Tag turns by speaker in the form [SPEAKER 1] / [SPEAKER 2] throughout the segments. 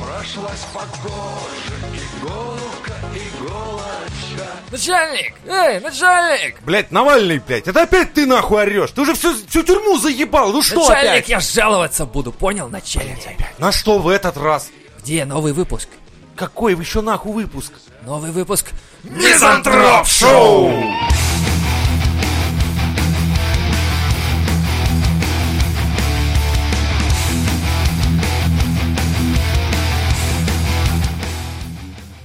[SPEAKER 1] прошлась по коже иголка, иголочка.
[SPEAKER 2] Начальник! Эй, начальник!
[SPEAKER 3] Блять, Навальный, блять, это опять ты нахуй орешь. Ты уже всю, всю тюрьму заебал. Ну что
[SPEAKER 2] начальник,
[SPEAKER 3] опять?
[SPEAKER 2] я жаловаться буду, понял, начальник?
[SPEAKER 3] На что в этот раз?
[SPEAKER 2] Где новый выпуск?
[SPEAKER 3] Какой еще нахуй выпуск?
[SPEAKER 2] Новый выпуск
[SPEAKER 3] Мизантроп Шоу!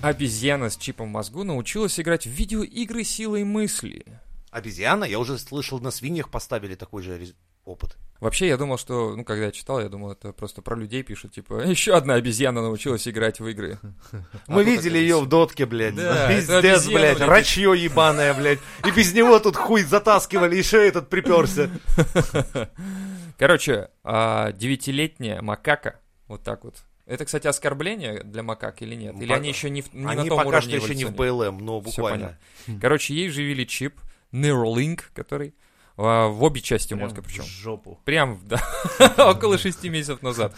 [SPEAKER 2] Обезьяна с чипом в мозгу научилась играть в видеоигры силой мысли.
[SPEAKER 3] Обезьяна, я уже слышал, на свиньях поставили такой же рез- опыт.
[SPEAKER 2] Вообще, я думал, что, ну, когда я читал, я думал, это просто про людей пишут, типа, еще одна обезьяна научилась играть в игры.
[SPEAKER 3] Мы
[SPEAKER 2] А тут
[SPEAKER 3] видели ее в дотке, блядь.
[SPEAKER 2] Да, это
[SPEAKER 3] Пиздец,
[SPEAKER 2] обезьяна,
[SPEAKER 3] блядь,
[SPEAKER 2] блядь.
[SPEAKER 3] рачье ебаное, блядь. И без него тут хуй затаскивали, еще этот приперся.
[SPEAKER 2] Короче, а, девятилетняя макака, вот так вот. Это, кстати, оскорбление для макак или нет? Или
[SPEAKER 3] Пока-
[SPEAKER 2] они еще не, в- не на
[SPEAKER 3] Они
[SPEAKER 2] том
[SPEAKER 3] пока
[SPEAKER 2] уровне
[SPEAKER 3] что еще не в
[SPEAKER 2] эволюционировали?
[SPEAKER 3] БЛМ, но
[SPEAKER 2] Всё
[SPEAKER 3] буквально.
[SPEAKER 2] понятно. Короче, ей вживили чип Neuralink, который а, в обе части мозга
[SPEAKER 4] Прям
[SPEAKER 2] причем.
[SPEAKER 4] В жопу.
[SPEAKER 2] Прям, да, около шести месяцев назад.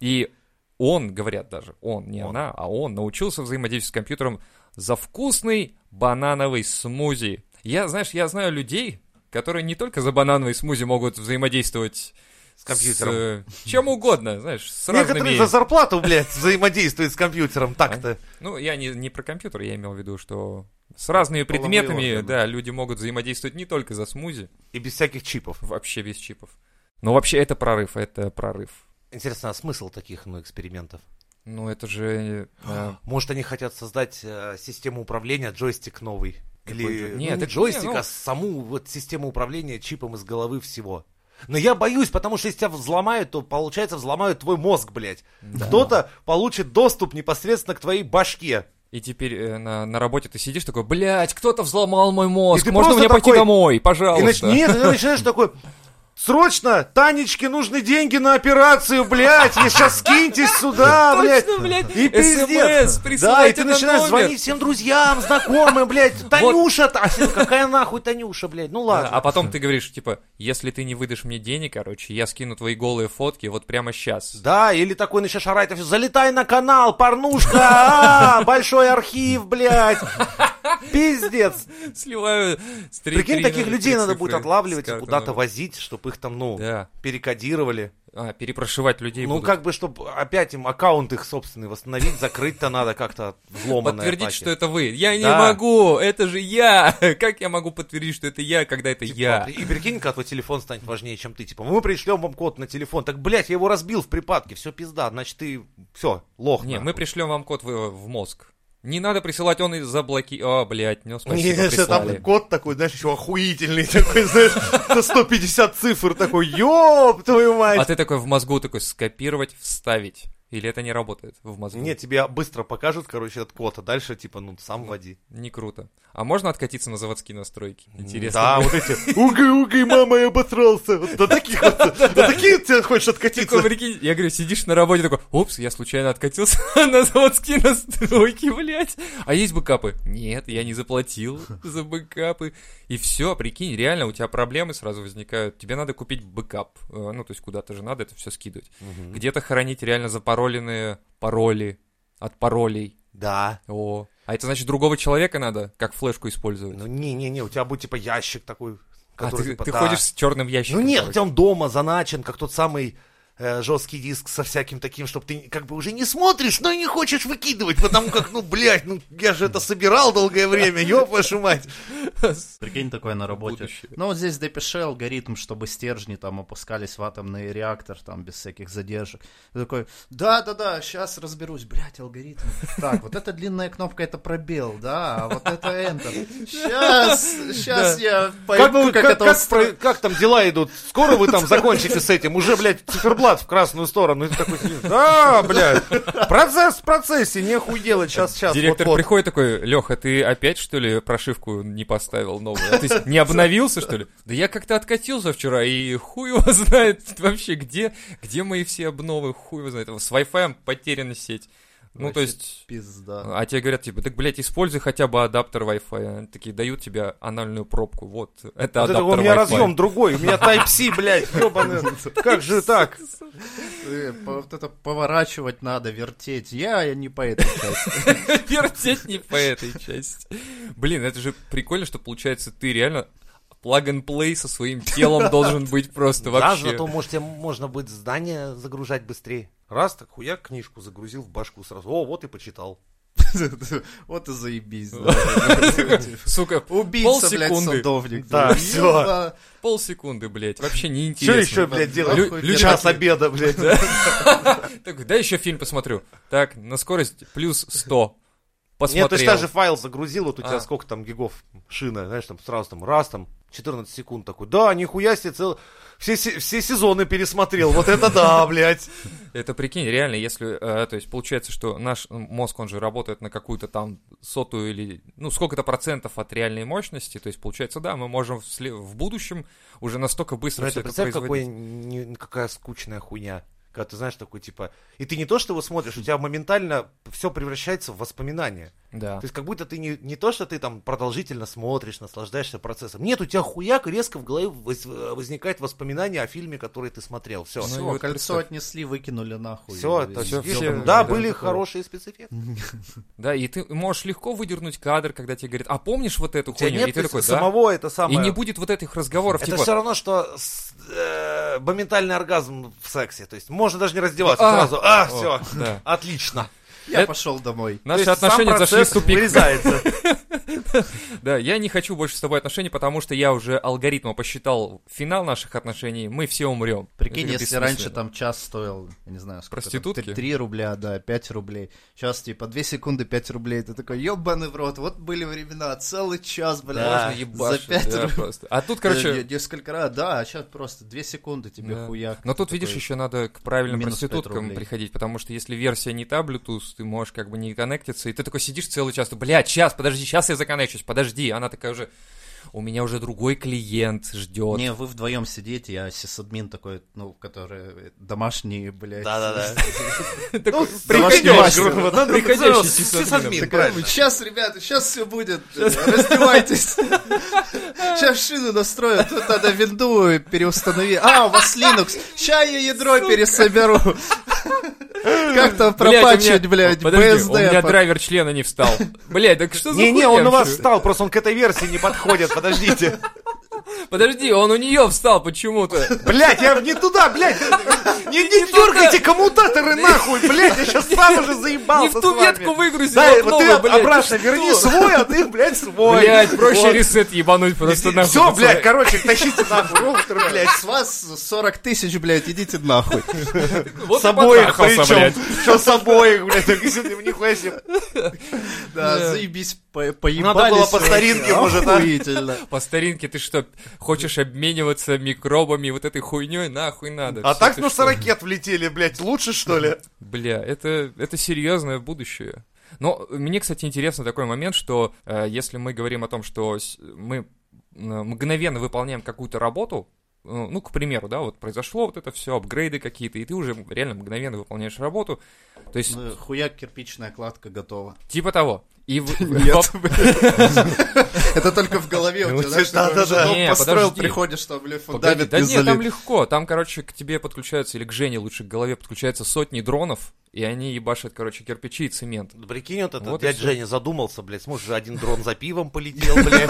[SPEAKER 2] И он, говорят даже, он, не
[SPEAKER 3] Он.
[SPEAKER 2] она, а он научился взаимодействовать с компьютером за вкусный банановый смузи. Я, знаешь, я знаю людей, которые не только за банановый смузи могут взаимодействовать с
[SPEAKER 3] компьютером.
[SPEAKER 2] э, чем угодно, знаешь, с
[SPEAKER 3] Некоторые
[SPEAKER 2] разными...
[SPEAKER 3] за зарплату, блядь, взаимодействуют с компьютером так-то.
[SPEAKER 2] Ну, я не, не про компьютер, я имел в виду, что с разными
[SPEAKER 3] Половые
[SPEAKER 2] предметами,
[SPEAKER 3] органы.
[SPEAKER 2] да, люди могут взаимодействовать не только за смузи,
[SPEAKER 3] И без всяких чипов.
[SPEAKER 2] вообще без чипов. Но вообще это прорыв, это прорыв.
[SPEAKER 3] Интересно, а смысл таких ну, экспериментов?
[SPEAKER 2] Ну, это же... э,
[SPEAKER 3] Может, они хотят создать э, систему управления, джойстик новый? Или
[SPEAKER 2] джой-
[SPEAKER 3] ну,
[SPEAKER 2] Нет,
[SPEAKER 3] не
[SPEAKER 2] это-
[SPEAKER 3] джойстик,
[SPEAKER 2] не, ну-
[SPEAKER 3] а саму вот систему управления чипом из головы всего. Но я боюсь, потому что если тебя взломают, то, получается, взломают твой мозг, блядь. Кто-то получит доступ непосредственно к твоей башке.
[SPEAKER 2] И теперь э, на, на работе ты сидишь такой, блядь, кто-то взломал мой мозг,
[SPEAKER 3] ты
[SPEAKER 2] можно
[SPEAKER 3] просто
[SPEAKER 2] мне пойти
[SPEAKER 3] такой-
[SPEAKER 2] домой,
[SPEAKER 3] И
[SPEAKER 2] пожалуйста.
[SPEAKER 3] нач- Нет, ты начинаешь такой... Срочно! Танечке нужны деньги на операцию, блядь! И сейчас скиньтесь сюда, блядь!
[SPEAKER 2] Точно, блядь,
[SPEAKER 3] И пиздец.
[SPEAKER 2] СМС,
[SPEAKER 3] Да, и
[SPEAKER 2] присылайте
[SPEAKER 3] ты
[SPEAKER 2] на
[SPEAKER 3] начинаешь
[SPEAKER 2] номер.
[SPEAKER 3] звонить всем друзьям, знакомым, блядь. Танюша, та- А какая нахуй Танюша, блядь? Ну
[SPEAKER 2] Да,
[SPEAKER 3] ладно.
[SPEAKER 2] А потом ты говоришь, типа, если ты не выдашь мне денег, короче, я скину твои голые фотки вот прямо сейчас.
[SPEAKER 3] Да, или такой начинаешь орать, а всё, залетай на канал, порнушка, а, большой архив, блядь. Пиздец.
[SPEAKER 2] Сливаю стрит-
[SPEAKER 3] Прикинь, таких
[SPEAKER 2] три-
[SPEAKER 3] людей
[SPEAKER 2] три
[SPEAKER 3] надо
[SPEAKER 2] цифры
[SPEAKER 3] будет
[SPEAKER 2] с
[SPEAKER 3] отлавливать и
[SPEAKER 2] карты
[SPEAKER 3] куда-то
[SPEAKER 2] номера.
[SPEAKER 3] возить, чтобы их там, ну,
[SPEAKER 2] Да.
[SPEAKER 3] перекодировали.
[SPEAKER 2] А, перепрошивать людей
[SPEAKER 3] Ну,
[SPEAKER 2] будут.
[SPEAKER 3] как бы, чтобы опять им аккаунт их собственный восстановить, закрыть-то надо как-то взломанное.
[SPEAKER 2] Подтвердить,
[SPEAKER 3] паки.
[SPEAKER 2] что это вы. Я не
[SPEAKER 3] Да.
[SPEAKER 2] могу, это же я. Как я могу подтвердить, что это я, когда это
[SPEAKER 3] Типа,
[SPEAKER 2] я?
[SPEAKER 3] И прикинь, когда твой телефон станет важнее, чем ты. Типа, мы пришлем вам код на телефон. Так, блядь, я его разбил в припадке. Все пизда, значит, ты... Все, лох.
[SPEAKER 2] Не,
[SPEAKER 3] нахуй.
[SPEAKER 2] мы пришлем вам код в, в мозг. Не надо присылать, он и заблоки... О, блядь, ну спасибо,
[SPEAKER 3] Не, что
[SPEAKER 2] прислали.
[SPEAKER 3] там код такой, знаешь, еще охуительный такой, знаешь, за 150 цифр такой, ёб твою
[SPEAKER 2] А
[SPEAKER 3] мать.
[SPEAKER 2] ты такой в мозгу такой скопировать, вставить. Или это не работает в мозгу?
[SPEAKER 3] Нет, тебе быстро покажут, короче, этот код, а дальше, типа, ну, сам води.
[SPEAKER 2] Не круто. А можно откатиться на заводские настройки? Интересно.
[SPEAKER 3] Да, вот эти, угай, угай, мама, я обосрался. Вот До таких вот, до таких ты хочешь
[SPEAKER 2] Такой,
[SPEAKER 3] откатиться.
[SPEAKER 2] прикинь, я говорю, сидишь на работе, такой, упс, я случайно откатился на заводские настройки, блядь. А есть бэкапы? Нет, я не заплатил за бэкапы. И все, прикинь, реально у тебя проблемы сразу возникают. Тебе надо купить бэкап. Э, Ну, то есть куда-то же надо это все скидывать. Где-то хранить реально запароленные пароли от паролей.
[SPEAKER 3] Да.
[SPEAKER 2] О, а это значит другого человека надо, как флешку использовать.
[SPEAKER 3] Ну, не-не-не, у тебя будет, типа, ящик такой.
[SPEAKER 2] а
[SPEAKER 3] который,
[SPEAKER 2] ты,
[SPEAKER 3] типа,
[SPEAKER 2] ты
[SPEAKER 3] да.
[SPEAKER 2] ходишь с черным ящиком.
[SPEAKER 3] Ну нет, у
[SPEAKER 2] короче.
[SPEAKER 3] тебя он дома заначен, как тот самый э, жесткий диск со всяким таким, чтобы ты как бы уже не смотришь, но и не хочешь выкидывать, потому как, ну, блядь, ну, я же это собирал долгое время, ёб вашу мать.
[SPEAKER 4] Прикинь, такое на работе.
[SPEAKER 2] Будущее.
[SPEAKER 4] Ну, вот здесь допиши алгоритм, чтобы стержни там опускались в атомный реактор, там, без всяких задержек. Ты такой, да-да-да, сейчас разберусь, блядь, алгоритм. Так, вот эта длинная кнопка, это пробел, да, а вот это Enter. Сейчас, сейчас я пойму, как это
[SPEAKER 3] про-
[SPEAKER 4] устроить.
[SPEAKER 3] как там дела идут? Скоро вы там закончите с этим? Уже, блядь, циферблат в красную сторону. И ты такой сидишь, да, блядь, процесс в процессе, не хуй делать, сейчас, сейчас,
[SPEAKER 2] Директор
[SPEAKER 3] вот-вот».
[SPEAKER 2] приходит такой, Леха, ты опять, что ли, прошивку не поставил новую? А Ты с- не обновился, что ли? Да я как-то откатился вчера, и хуй его знает вообще, где, где мои все обновы, хуй его знает. С Wi-Fi потеряна сеть. Ну, то
[SPEAKER 4] Вообще
[SPEAKER 2] есть...
[SPEAKER 4] Пизда.
[SPEAKER 2] А тебе говорят, типа, так, блядь, используй хотя бы адаптер Wi-Fi. Они такие дают тебе анальную пробку. Вот, это
[SPEAKER 3] Вот это
[SPEAKER 2] адаптер
[SPEAKER 3] у меня
[SPEAKER 2] Wi-Fi.
[SPEAKER 3] разъем другой, у меня Type-C, блядь, ёбаный. Как же так?
[SPEAKER 4] Э, по- Вот это поворачивать надо, вертеть. Я, я не по этой части.
[SPEAKER 2] Вертеть не по этой части. Блин, это же прикольно, что получается ты реально plug and play со своим телом должен быть просто
[SPEAKER 3] Да,
[SPEAKER 2] вообще.
[SPEAKER 3] зато можете, можно будет здание загружать быстрее. Раз, так хуяк книжку загрузил в башку сразу. О, вот и почитал.
[SPEAKER 4] Вот и заебись. да.
[SPEAKER 2] Сука,
[SPEAKER 4] Убийца, блядь,
[SPEAKER 2] Полсекунды.
[SPEAKER 4] садовник.
[SPEAKER 3] Да,
[SPEAKER 4] Ёба.
[SPEAKER 3] всё.
[SPEAKER 2] полсекунды, блядь, вообще
[SPEAKER 3] Что
[SPEAKER 2] неинтересно.
[SPEAKER 3] еще, блядь, делать?
[SPEAKER 2] Лю-
[SPEAKER 4] люди
[SPEAKER 3] Час обеда, блядь.
[SPEAKER 2] Так, да еще фильм посмотрю. Так, на скорость плюс 100. Посмотрел.
[SPEAKER 3] Нет, ты же даже файл загрузил, вот у тебя
[SPEAKER 2] А.
[SPEAKER 3] сколько там гигов шина, знаешь, там сразу там раз, там 14 секунд такой. Да, нихуя себе, цел... все, се- все сезоны пересмотрел, вот это да, блядь.
[SPEAKER 2] Это прикинь, реально, если, э, то есть получается, что наш э, мозг, он же работает на какую-то там сотую или, ну, сколько-то процентов от реальной мощности, то есть получается, да, мы можем в, сле- в будущем уже настолько быстро
[SPEAKER 3] Ну,
[SPEAKER 2] все
[SPEAKER 3] это
[SPEAKER 2] это
[SPEAKER 3] представь, какой,
[SPEAKER 2] производить.
[SPEAKER 3] не- какая скучная хуйня. Когда ты знаешь такой, типа... И ты не то, что его смотришь, у тебя моментально все превращается в воспоминания.
[SPEAKER 2] Да.
[SPEAKER 3] То есть как будто ты не, не то, что ты там продолжительно смотришь, наслаждаешься процессом. Нет, у тебя хуяк и резко в голове воз- возникает воспоминание о фильме, который ты смотрел. Все.
[SPEAKER 2] Ну,
[SPEAKER 4] Всё,
[SPEAKER 2] и вот
[SPEAKER 4] кольцо
[SPEAKER 2] представь.
[SPEAKER 4] отнесли, выкинули нахуй.
[SPEAKER 3] Все,
[SPEAKER 4] И-
[SPEAKER 3] это
[SPEAKER 2] всё,
[SPEAKER 3] сидишь,
[SPEAKER 2] всё, Ну,
[SPEAKER 3] да,
[SPEAKER 2] да,
[SPEAKER 3] были
[SPEAKER 4] такое.
[SPEAKER 3] хорошие спецэффекты.
[SPEAKER 2] Да, и ты можешь легко выдернуть кадр, когда тебе говорят, а помнишь вот эту
[SPEAKER 3] У тебя
[SPEAKER 2] хуйню? и
[SPEAKER 3] нет
[SPEAKER 2] ты такой, да.
[SPEAKER 3] самого это
[SPEAKER 2] И
[SPEAKER 3] самое.
[SPEAKER 2] не будет вот этих разговоров,
[SPEAKER 3] это
[SPEAKER 2] типа,
[SPEAKER 3] все равно, что с- э, моментальный оргазм в сексе. То есть можно даже не раздеваться
[SPEAKER 2] А.
[SPEAKER 3] сразу. А,
[SPEAKER 2] О,
[SPEAKER 3] все.
[SPEAKER 2] да.
[SPEAKER 3] Отлично.
[SPEAKER 4] Я
[SPEAKER 2] Это-
[SPEAKER 4] пошел домой.
[SPEAKER 2] наши
[SPEAKER 3] То есть сам
[SPEAKER 2] отношения зашли в
[SPEAKER 3] процесс
[SPEAKER 2] тупик.
[SPEAKER 3] вырезается.
[SPEAKER 2] Да, я не хочу больше с тобой отношений, потому что я уже алгоритмом посчитал финал наших отношений, мы все умрем.
[SPEAKER 4] Прикинь, если раньше там час стоил, я не знаю, сколько там,
[SPEAKER 2] Проститутки?
[SPEAKER 4] 3 рубля, да, 5 рублей. Сейчас типа 2 секунды 5 рублей. Ты такой, ебаный в рот, вот были времена, целый час,
[SPEAKER 3] Да,
[SPEAKER 4] бля,
[SPEAKER 2] Можно
[SPEAKER 4] за
[SPEAKER 2] ебашить,
[SPEAKER 4] 5
[SPEAKER 2] да,
[SPEAKER 4] рублей.
[SPEAKER 2] просто. А тут,
[SPEAKER 4] Э,
[SPEAKER 2] короче...
[SPEAKER 4] не- Несколько раз, да, а сейчас просто 2 секунды тебе
[SPEAKER 2] да. Ну,
[SPEAKER 4] хуяк.
[SPEAKER 2] Но тут,
[SPEAKER 4] Такой,
[SPEAKER 2] видишь, еще надо к правильным
[SPEAKER 4] минус пять
[SPEAKER 2] проституткам
[SPEAKER 4] рублей.
[SPEAKER 2] приходить, потому что если версия не та, Bluetooth, ты можешь как бы не коннектиться, и ты такой сидишь целый час, ты, бля, час, подожди, сейчас я законнечусь, подожди. Она такая уже, у меня уже другой клиент ждет.
[SPEAKER 4] Не, вы вдвоем сидите, я сисадмин такой, ну, который домашний, блядь.
[SPEAKER 3] Да-да-да.
[SPEAKER 2] Такой,
[SPEAKER 4] ну, домашний
[SPEAKER 3] Приходишь,
[SPEAKER 4] мастер.
[SPEAKER 3] грубо, надо
[SPEAKER 2] Приходящий
[SPEAKER 3] всё-
[SPEAKER 2] сисадмин.
[SPEAKER 3] сисадмин,
[SPEAKER 4] Такой,
[SPEAKER 3] правильно.
[SPEAKER 4] сейчас, ребята, сейчас все будет, раздевайтесь. Сейчас шину настроят, тут надо винду переустановить. А, у вас Linux, сейчас я ядро пересоберу. Как там
[SPEAKER 2] «Блядь, у меня-
[SPEAKER 4] пропачивать, блядь,
[SPEAKER 2] подожди, у меня
[SPEAKER 4] BSD. по-
[SPEAKER 2] драйвер члена не встал. Блядь, так что за
[SPEAKER 3] Не-не,
[SPEAKER 2] хуйня
[SPEAKER 3] он у вас
[SPEAKER 2] вообще?
[SPEAKER 3] встал, просто он к этой версии не подходит, подождите.
[SPEAKER 2] Подожди, он у нее встал почему-то.
[SPEAKER 3] Блять, я не туда, блядь! Не, не дергайте коммутаторы нахуй, блядь, я сейчас сам уже
[SPEAKER 2] Не
[SPEAKER 3] заебался
[SPEAKER 2] в ту
[SPEAKER 3] с вами.
[SPEAKER 2] ветку выгрузил,
[SPEAKER 3] Да,
[SPEAKER 2] а в
[SPEAKER 3] вот ты
[SPEAKER 2] новую, блядь,
[SPEAKER 3] обратно
[SPEAKER 2] ты
[SPEAKER 3] верни
[SPEAKER 2] что?
[SPEAKER 3] свой, а ты, блядь, свой.
[SPEAKER 2] Блядь, проще ресет ебануть просто нахуй.
[SPEAKER 3] Все,
[SPEAKER 2] пацаны.
[SPEAKER 3] блядь, короче, тащите нахуй роутер, блядь.
[SPEAKER 4] С вас 40 тысяч, блядь, идите нахуй.
[SPEAKER 2] Вот
[SPEAKER 3] С
[SPEAKER 2] и
[SPEAKER 3] обоих
[SPEAKER 2] потрахался,
[SPEAKER 3] причем.
[SPEAKER 2] блядь.
[SPEAKER 3] Что с обоих, блядь, так если нихуя себе.
[SPEAKER 4] Да, заебись, по- поебались.
[SPEAKER 3] Надо было по старинке,
[SPEAKER 4] вообще,
[SPEAKER 3] может, а?
[SPEAKER 4] охуительно.
[SPEAKER 2] По старинке ты что, хочешь обмениваться микробами и вот этой хуйней? Нахуй надо.
[SPEAKER 3] А
[SPEAKER 2] Всё,
[SPEAKER 3] так
[SPEAKER 2] ты
[SPEAKER 3] ну
[SPEAKER 2] что?
[SPEAKER 3] ракет влетели, блядь, лучше что ли?
[SPEAKER 2] Бля, это, это серьезное будущее. Но мне, кстати, интересно такой момент, что э, если мы говорим о том, что с- мы э, мгновенно выполняем какую-то работу, э, ну, к примеру, да, вот произошло вот это все, апгрейды какие-то, и ты уже реально мгновенно выполняешь работу, то есть
[SPEAKER 4] Ну, Хуяк, кирпичная кладка готова.
[SPEAKER 2] типа того. И в-
[SPEAKER 4] Нет. Это только в голове у
[SPEAKER 3] Ну,
[SPEAKER 4] тебя, знаешь,
[SPEAKER 3] да,
[SPEAKER 4] такой
[SPEAKER 3] да,
[SPEAKER 4] уже
[SPEAKER 3] да.
[SPEAKER 4] дом
[SPEAKER 2] Не,
[SPEAKER 4] построил,
[SPEAKER 2] подожди.
[SPEAKER 4] приходишь, там, блядь,
[SPEAKER 2] Погоди,
[SPEAKER 4] фундамент
[SPEAKER 2] да
[SPEAKER 4] не
[SPEAKER 2] нет, там
[SPEAKER 4] залит.
[SPEAKER 2] легко. Там, короче, к тебе подключаются, или к Жене лучше к голове подключаются сотни дронов, и они ебашат, короче, кирпичи и цемент.
[SPEAKER 3] Да Прикинь, вот этот
[SPEAKER 2] Вот и
[SPEAKER 3] дядь
[SPEAKER 2] всё.
[SPEAKER 3] Женя задумался, блядь, смотришь, один дрон за пивом полетел, блядь.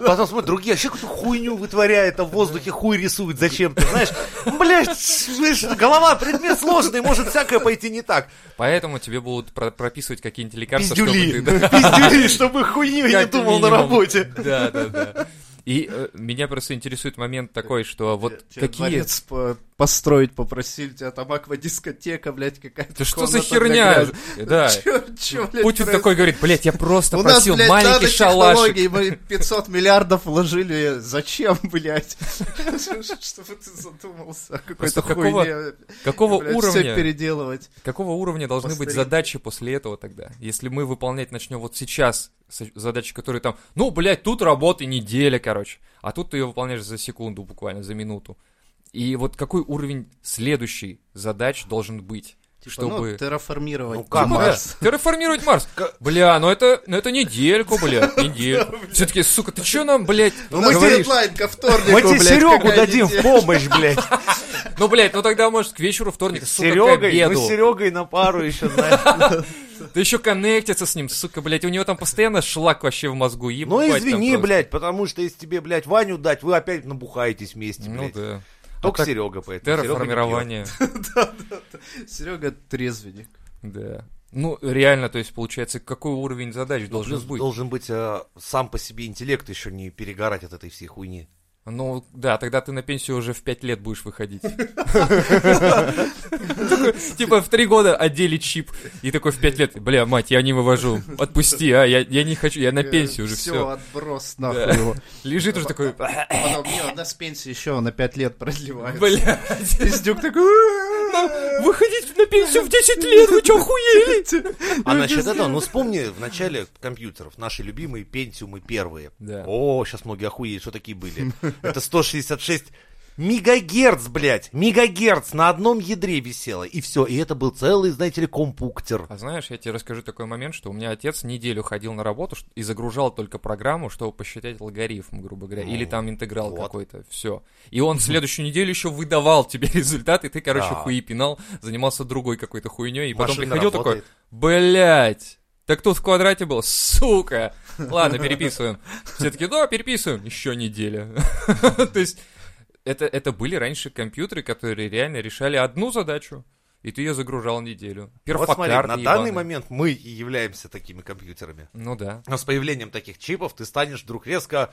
[SPEAKER 3] Потом смотрит, другие вообще какую-то хуйню вытворяет, а в воздухе хуй рисует зачем-то, знаешь. Блядь, слышь, голова, предмет сложный, может всякое пойти не так.
[SPEAKER 2] Поэтому тебе будут про- прописывать какие-нибудь лекарства, чтобы
[SPEAKER 3] Пиздюли,
[SPEAKER 2] ты... да,
[SPEAKER 3] пиздюли, чтобы хуйню я не
[SPEAKER 2] как
[SPEAKER 3] думал на
[SPEAKER 2] минимум.
[SPEAKER 3] работе.
[SPEAKER 2] Да, да, да. И э, меня просто интересует момент такой, что вот
[SPEAKER 4] Тебя
[SPEAKER 2] какие...
[SPEAKER 4] дворец по- построить попросили, тебя там аквадискотека, блядь, какая-то.
[SPEAKER 2] Да что за
[SPEAKER 4] комната для
[SPEAKER 2] херня?
[SPEAKER 4] грязи.
[SPEAKER 2] Да.
[SPEAKER 4] Чё, чё, блядь,
[SPEAKER 2] Путин
[SPEAKER 4] происходит?
[SPEAKER 2] такой говорит, блядь, я просто
[SPEAKER 4] У нас,
[SPEAKER 2] просил
[SPEAKER 4] блядь,
[SPEAKER 2] маленький шалашик.
[SPEAKER 4] нанотехнологии, мы 500 миллиардов вложили. Зачем, блядь? Чтобы ты задумался о
[SPEAKER 2] Просто
[SPEAKER 4] какой-то
[SPEAKER 2] какого-
[SPEAKER 4] хуйне.
[SPEAKER 2] Какого
[SPEAKER 4] блядь, Все
[SPEAKER 2] уровня?
[SPEAKER 4] переделывать.
[SPEAKER 2] Какого уровня должны быть
[SPEAKER 4] Посмотри.
[SPEAKER 2] задачи после этого тогда? Если мы выполнять начнем вот сейчас с- задачи, которые там, ну, блядь, тут работы неделя, короче. А тут ты ее выполняешь за секунду буквально, за минуту. И вот какой уровень следующий задач должен быть?
[SPEAKER 4] Типа,
[SPEAKER 2] Чтобы-
[SPEAKER 4] ну, терраформировать
[SPEAKER 3] Ну как,
[SPEAKER 4] Марс.
[SPEAKER 2] Терраформировать Марс. Бля, ну это, ну это недельку, бля, недельку. Все-таки, сука, ты чё нам, блядь,
[SPEAKER 4] Ну, мы тебе
[SPEAKER 2] говоришь?
[SPEAKER 4] дедлайн ко вторнику,
[SPEAKER 3] Мы тебе
[SPEAKER 4] блядь,
[SPEAKER 3] Серегу
[SPEAKER 4] какая
[SPEAKER 3] дадим в
[SPEAKER 4] неделя.
[SPEAKER 3] помощь, блядь.
[SPEAKER 2] Ну, блядь, ну тогда, может, к вечеру вторника,
[SPEAKER 3] С
[SPEAKER 2] сука, к
[SPEAKER 3] Серегой, ну
[SPEAKER 2] обеду.
[SPEAKER 3] с Серегой на пару еще, знаешь.
[SPEAKER 2] Да еще коннектиться с ним, сука, блядь, у него там постоянно шлак вообще в мозгу.
[SPEAKER 3] Ну
[SPEAKER 2] Ебать, там
[SPEAKER 3] извини,
[SPEAKER 2] просто.
[SPEAKER 3] блядь, потому что если тебе, блядь, Ваню дать, вы опять набухаетесь вместе,
[SPEAKER 2] Ну
[SPEAKER 3] блядь.
[SPEAKER 2] да.
[SPEAKER 3] Только
[SPEAKER 2] А так
[SPEAKER 3] Серега, поэтому. Серега не
[SPEAKER 2] Терраформирование.
[SPEAKER 4] Серега трезвенник.
[SPEAKER 2] Да. Ну, реально, то есть, получается, какой уровень задач
[SPEAKER 3] пьет.
[SPEAKER 2] должен
[SPEAKER 3] Плюс
[SPEAKER 2] быть?
[SPEAKER 3] Должен быть э, сам по себе интеллект еще не перегорать от этой всей хуйни.
[SPEAKER 2] Ну, да, тогда ты на пенсию уже в 5 лет будешь выходить. Типа в 3 года одели чип, и такой в 5 лет, бля, мать, я не вывожу, отпусти, а, я я не хочу, я на пенсию уже,
[SPEAKER 4] все.
[SPEAKER 2] все.
[SPEAKER 4] отброс нахуй
[SPEAKER 2] Да.
[SPEAKER 4] его.
[SPEAKER 2] Лежит уже такой, «А,
[SPEAKER 4] Потом, не, у нас пенсия еще на 5 лет продлевается.
[SPEAKER 2] бля,
[SPEAKER 4] Пиздюк такой... «Ааа,
[SPEAKER 2] «Ну, выходить на пенсию в 10 лет, вы что, охуели?
[SPEAKER 3] А насчет этого, ну вспомни в начале компьютеров, наши любимые пентиумы первые.
[SPEAKER 2] Да.
[SPEAKER 3] О, сейчас многие охуеют, что такие были. Это 166 мегагерц, блядь, мегагерц на одном ядре висело. И все, и это был целый, знаете ли, компуктер.
[SPEAKER 2] А знаешь, я тебе расскажу такой момент, что у меня отец неделю ходил на работу ш- и загружал только программу, чтобы посчитать логарифм, грубо говоря, или
[SPEAKER 3] Ну,
[SPEAKER 2] там интеграл
[SPEAKER 3] вот.
[SPEAKER 2] какой-то, все. И он следующую неделю еще выдавал тебе результаты, ты, короче,
[SPEAKER 3] Да.
[SPEAKER 2] хуи пинал, занимался другой какой-то хуйней, и потом
[SPEAKER 3] Машина
[SPEAKER 2] приходил
[SPEAKER 3] работает.
[SPEAKER 2] такой, блядь, так тут в квадрате был, сука. Ладно, переписываем. Все таки да, переписываем. Еще неделя. То есть это, это были раньше компьютеры, которые реально решали одну задачу, и ты ее загружал неделю.
[SPEAKER 3] Вот смотри, на
[SPEAKER 2] Перфокарты
[SPEAKER 3] данный
[SPEAKER 2] ебаные.
[SPEAKER 3] момент мы и являемся такими компьютерами.
[SPEAKER 2] Ну да.
[SPEAKER 3] Но с появлением таких чипов ты станешь вдруг резко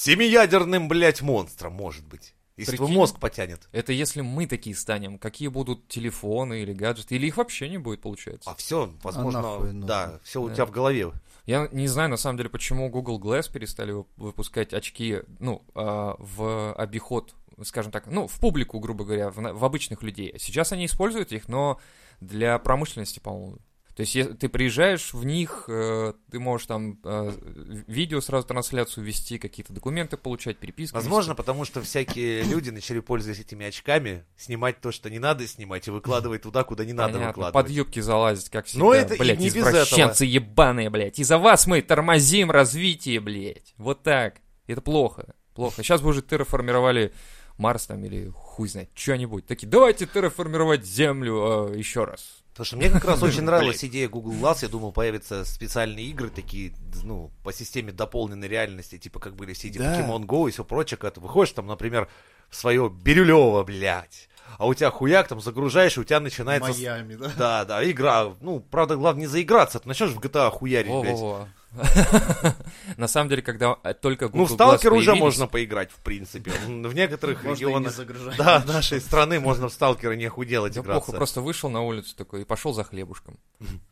[SPEAKER 3] семиядерным, блядь, монстром, может быть. Если твой
[SPEAKER 2] Прикинь.
[SPEAKER 3] мозг потянет.
[SPEAKER 2] Это если мы такие станем, какие будут телефоны или гаджеты, или их вообще не будет, получается.
[SPEAKER 3] А все, возможно,
[SPEAKER 4] нахуй нужно?
[SPEAKER 3] да, все у
[SPEAKER 2] Да.
[SPEAKER 3] тебя в голове.
[SPEAKER 2] Я не знаю, на самом деле, почему Google Glass перестали вып- выпускать очки, ну, а, в обиход, скажем так, ну, в публику, грубо говоря, в, на- в обычных людей. Сейчас они используют их, но для промышленности, по-моему. То есть е- ты приезжаешь в них, э, ты можешь там э, в- видео сразу трансляцию вести, какие-то документы получать, переписку. вести.
[SPEAKER 3] Возможно, потому что всякие люди начали, пользуясь этими очками, снимать то, что не надо снимать, и выкладывать туда, куда не надо
[SPEAKER 2] Понятно,
[SPEAKER 3] выкладывать.
[SPEAKER 2] под юбки залазить, как всегда.
[SPEAKER 3] Но это и
[SPEAKER 2] блядь,
[SPEAKER 3] не без
[SPEAKER 2] извращенцы ебаные, блядь. Из-за вас мы тормозим развитие, блядь. Вот так. Это плохо. Плохо. Сейчас бы уже терраформировали Марс там или хуй знает, что-нибудь. Такие, давайте терраформировать Землю еще раз.
[SPEAKER 3] Потому что мне как раз очень нравилась идея Google Glass. Я думал, появятся специальные игры, такие, ну, по системе дополненной реальности, типа как были все эти
[SPEAKER 4] Да.
[SPEAKER 3] Pokemon Go и все прочее, когда ты выходишь там, например, в свое Бирюлево, блядь, а у тебя хуяк там загружаешь, и у тебя начинается... с-
[SPEAKER 4] Майами, да?
[SPEAKER 3] Да, да, игра. Ну, правда, главное не заиграться. а Ты начнешь в GTA хуярить, блядь.
[SPEAKER 2] Во-во-во. На самом деле, когда э, только Google
[SPEAKER 3] Ну, в Сталкер
[SPEAKER 2] Glass
[SPEAKER 3] уже
[SPEAKER 2] появились-
[SPEAKER 3] можно поиграть, в принципе. М, В некоторых
[SPEAKER 4] Можно и не
[SPEAKER 3] регионах...
[SPEAKER 4] загружать.
[SPEAKER 3] Да, нашей страны можно в Сталкера не худелать
[SPEAKER 2] Да плохо,
[SPEAKER 3] играться.
[SPEAKER 2] просто вышел на улицу такой и пошел за хлебушком.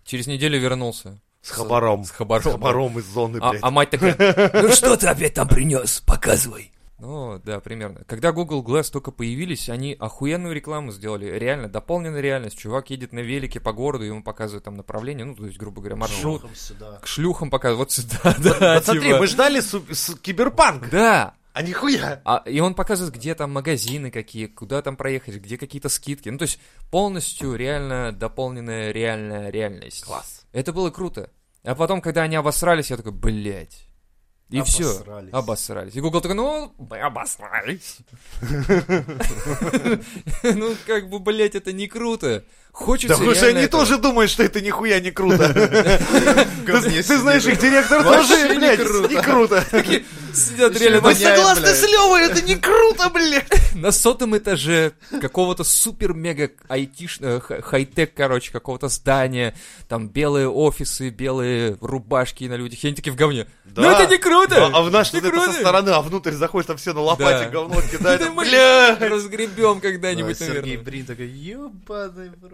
[SPEAKER 2] Через неделю вернулся.
[SPEAKER 3] С хабаром.
[SPEAKER 2] С хабаром.
[SPEAKER 3] С хабаром из зоны,
[SPEAKER 2] А,
[SPEAKER 3] блядь.
[SPEAKER 2] а мать такая,
[SPEAKER 5] Ну что ты опять там принес? Показывай.
[SPEAKER 2] Ну, да, примерно. Когда Google Glass только появились, они охуенную рекламу сделали. Реально, дополненная реальность. Чувак едет на велике по городу, ему показывают там направление, ну, то есть, грубо говоря, маршрут.
[SPEAKER 4] Шухом сюда.
[SPEAKER 2] К шлюхам показывают. Вот сюда, да.
[SPEAKER 3] Вот смотри,
[SPEAKER 2] типа.
[SPEAKER 3] мы ждали су- с- киберпанк,
[SPEAKER 2] Да.
[SPEAKER 3] а нихуя.
[SPEAKER 2] А, и он показывает, где там магазины какие, куда там проехать, где какие-то скидки. Ну, то есть, полностью реально дополненная реальная реальность.
[SPEAKER 3] Класс.
[SPEAKER 2] Это было круто. А потом, когда они обосрались, я такой, блядь. И
[SPEAKER 4] Обосрались.
[SPEAKER 2] все. Обосрались. И Google такой, ну, мы обосрались. Ну, как бы, блядь, это не круто. Хочется
[SPEAKER 3] Да потому что
[SPEAKER 2] реально
[SPEAKER 3] они
[SPEAKER 2] этого.
[SPEAKER 3] тоже думают, что это нихуя не круто. Ты
[SPEAKER 4] Конечно,
[SPEAKER 3] ты знаешь,
[SPEAKER 4] не
[SPEAKER 3] их директор
[SPEAKER 4] Вообще
[SPEAKER 3] тоже,
[SPEAKER 4] не
[SPEAKER 3] блядь,
[SPEAKER 4] круто.
[SPEAKER 3] не круто.
[SPEAKER 2] Сидят
[SPEAKER 4] Ещё
[SPEAKER 2] реально
[SPEAKER 4] и
[SPEAKER 2] на-
[SPEAKER 3] Мы
[SPEAKER 4] воняет,
[SPEAKER 3] согласны
[SPEAKER 4] блядь.
[SPEAKER 3] с Левой, это не круто, блядь.
[SPEAKER 2] на сотом этаже какого-то супер-мега айтиш... э, х- хай-тек, короче, какого-то здания. Там белые офисы, белые рубашки на людях. И они такие в говне.
[SPEAKER 3] Да.
[SPEAKER 2] Ну, это не круто!
[SPEAKER 3] А в наш
[SPEAKER 2] Не
[SPEAKER 3] что-то это со
[SPEAKER 2] круто.
[SPEAKER 3] стороны, а внутрь заходишь, там все на лопате
[SPEAKER 2] Да.
[SPEAKER 3] говно кидают.
[SPEAKER 2] Да мы
[SPEAKER 3] Бля.
[SPEAKER 2] разгребем
[SPEAKER 4] Да,
[SPEAKER 2] когда-нибудь,
[SPEAKER 4] Сергей
[SPEAKER 2] наверное.
[SPEAKER 4] Брин такой, ебаный в рот.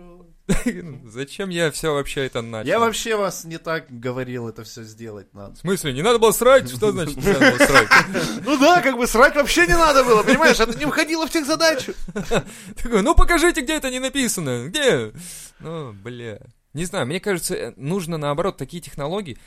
[SPEAKER 2] Зачем я все вообще это начал?
[SPEAKER 4] Я вообще вас не так говорил, это все сделать надо.
[SPEAKER 2] В смысле, не надо было срать? Что значит не надо было срать?
[SPEAKER 3] Ну да, как бы срать вообще не надо было, понимаешь? Это не входило в тех задач.
[SPEAKER 2] Такой, ну покажите, где это не написано. Где? Ну, бля. Не знаю, мне кажется, э, нужно наоборот такие технологии.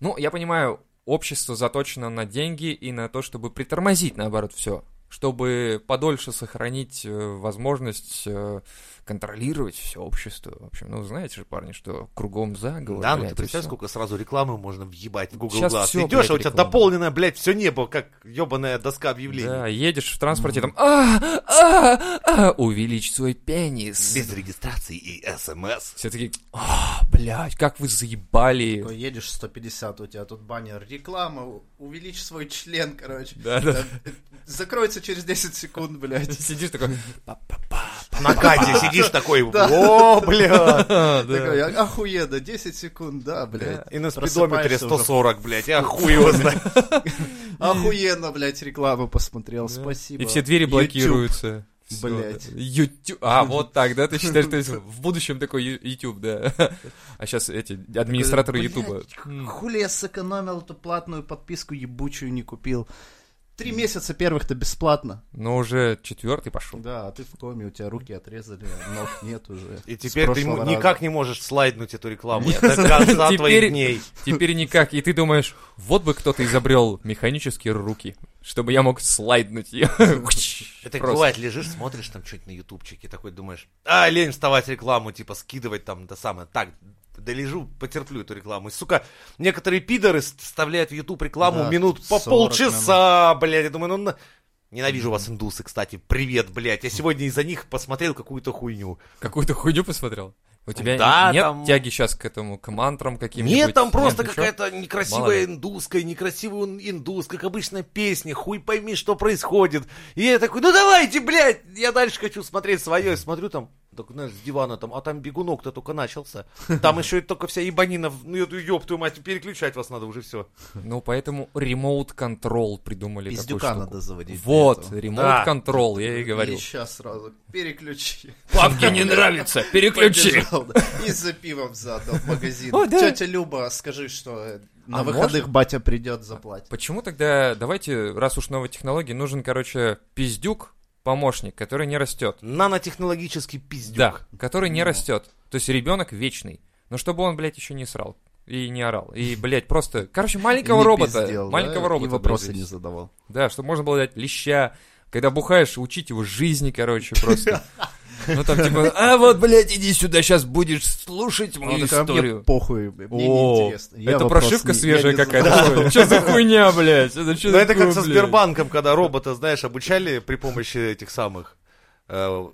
[SPEAKER 2] Ну, я понимаю, общество заточено на деньги и на то, чтобы притормозить наоборот все. чтобы подольше сохранить э, возможность э, контролировать все общество. В общем, ну, знаете же, парни, что кругом заговор.
[SPEAKER 3] Да, ну
[SPEAKER 2] блядь, и
[SPEAKER 3] ты представь,
[SPEAKER 2] всё.
[SPEAKER 3] сколько сразу рекламы можно въебать в Google
[SPEAKER 2] Щас
[SPEAKER 3] Glass.
[SPEAKER 2] всё,
[SPEAKER 3] Идешь,
[SPEAKER 2] блядь,
[SPEAKER 3] а у тебя
[SPEAKER 2] реклама.
[SPEAKER 3] дополненное, блядь, все небо, как ебаная доска объявлений.
[SPEAKER 2] Да, едешь в транспорте, там, а, а, а, увеличь свой пенис.
[SPEAKER 3] Без регистрации и смс.
[SPEAKER 2] Все такие, а, блядь, как вы заебали.
[SPEAKER 4] Такой едешь 150, у тебя тут баннер, реклама, у- увеличь свой член, короче.
[SPEAKER 2] Да, да.
[SPEAKER 4] Там, э, Закроется через 10 секунд, блядь.
[SPEAKER 2] Сидишь такой,
[SPEAKER 3] На гаде сидишь такой, о, бля.
[SPEAKER 2] «А, да».
[SPEAKER 4] Такой, а- охуенно, 10 секунд, да, блядь.
[SPEAKER 3] И на спидометре
[SPEAKER 4] Просыпаешься уже.
[SPEAKER 3] 140, блядь, а хуй его знает.
[SPEAKER 4] Охуенно, блядь, рекламу посмотрел,
[SPEAKER 2] Да.
[SPEAKER 4] спасибо.
[SPEAKER 2] И все двери
[SPEAKER 4] YouTube.
[SPEAKER 2] блокируются. Всё,
[SPEAKER 4] Блядь.
[SPEAKER 2] да. YouTube. А, вот так, да? Ты считаешь, что если в будущем такой Ю- YouTube, да? А сейчас эти администраторы
[SPEAKER 4] Блядь,
[SPEAKER 2] YouTube.
[SPEAKER 4] Хули я сэкономил эту платную подписку, ебучую не купил. Три месяца первых-то бесплатно.
[SPEAKER 2] Но уже четвертый пошел.
[SPEAKER 4] Да, а ты в коме, у тебя руки отрезали, а ног нет уже.
[SPEAKER 3] И
[SPEAKER 4] С
[SPEAKER 3] теперь ты ему
[SPEAKER 4] прошлого
[SPEAKER 3] никак не можешь слайднуть эту рекламу до конца твоих дней.
[SPEAKER 2] теперь никак. И ты думаешь, вот бы кто-то изобрел механические руки, чтобы я мог слайднуть ее.
[SPEAKER 3] Это
[SPEAKER 2] Просто.
[SPEAKER 3] бывает, лежишь, смотришь там что-нибудь на ютубчике, такой думаешь, а, лень вставать рекламу, типа, скидывать там, да самое, так, да лежу, потерплю эту рекламу. И, сука, некоторые пидоры с- вставляют в ютуб рекламу
[SPEAKER 4] Да,
[SPEAKER 3] минут по
[SPEAKER 4] 40
[SPEAKER 3] полчаса, блядь, я думаю, ну, на- Ненавижу вас, индусы, кстати. Привет, блядь. Я сегодня из-за них посмотрел какую-то хуйню.
[SPEAKER 2] Какую-то хуйню посмотрел. У тебя
[SPEAKER 3] Да,
[SPEAKER 2] нет
[SPEAKER 3] там-
[SPEAKER 2] тяги сейчас к этому, к мантрам каким-нибудь?
[SPEAKER 3] Нет, там просто
[SPEAKER 2] ничего?
[SPEAKER 3] какая-то
[SPEAKER 2] Мало ли.
[SPEAKER 3] некрасивая индусская, некрасивый он индус, как обычно песня, хуй пойми, что происходит. И я такой, ну давайте, блядь, я дальше хочу смотреть свое, и смотрю там, так, знаешь, с дивана там, а там бегунок-то только начался. Там еще и только вся ебанина, в- ну эту ёб твою мать, переключать вас надо уже все.
[SPEAKER 2] Ну, поэтому ремоут контрол придумали такую
[SPEAKER 4] Пиздюка
[SPEAKER 2] штуку.
[SPEAKER 4] надо заводить. для
[SPEAKER 2] Вот,
[SPEAKER 4] этого.
[SPEAKER 2] ремоут
[SPEAKER 3] Да.
[SPEAKER 2] контрол, я и говорю.
[SPEAKER 4] И сейчас сразу переключи.
[SPEAKER 2] Папке не нравится, переключи.
[SPEAKER 4] Побежал, да. И за пивом задал в магазин.
[SPEAKER 2] О, да.
[SPEAKER 4] Тетя Люба, скажи, что э, на
[SPEAKER 2] А
[SPEAKER 4] выходных батя придет, заплатит.
[SPEAKER 2] Почему тогда, давайте, раз уж новые технологии, нужен, короче, пиздюк, помощник, который не растет.
[SPEAKER 3] Нанотехнологический пиздюк.
[SPEAKER 2] Да, который не
[SPEAKER 4] Ну.
[SPEAKER 2] растет. То есть ребенок вечный. Но чтобы он, блядь, еще не срал. И не орал. И, блядь, просто... Короче, маленького
[SPEAKER 4] И не
[SPEAKER 2] робота.
[SPEAKER 4] пиздел, да,
[SPEAKER 2] маленького робота.
[SPEAKER 4] И вопросы
[SPEAKER 2] блядь,
[SPEAKER 4] не задавал.
[SPEAKER 2] Да, чтобы можно было дать леща. Когда бухаешь, учить его жизни, короче, просто. Ну там типа, а вот, блядь, иди сюда, сейчас будешь слушать
[SPEAKER 3] Ну,
[SPEAKER 4] Он
[SPEAKER 2] мою
[SPEAKER 4] такой, «А мне
[SPEAKER 2] историю.
[SPEAKER 4] похуй, мне
[SPEAKER 2] О,
[SPEAKER 4] неинтересно. Я
[SPEAKER 2] это
[SPEAKER 4] вопрос
[SPEAKER 2] прошивка
[SPEAKER 4] не- я
[SPEAKER 2] свежая
[SPEAKER 4] не
[SPEAKER 2] какая-то.
[SPEAKER 4] задавал».
[SPEAKER 2] что ли? Что за хуйня, блядь? Это что
[SPEAKER 3] Ну это как
[SPEAKER 2] такое,
[SPEAKER 3] со
[SPEAKER 2] блядь?
[SPEAKER 3] Сбербанком, когда робота, знаешь, обучали при помощи этих самых э,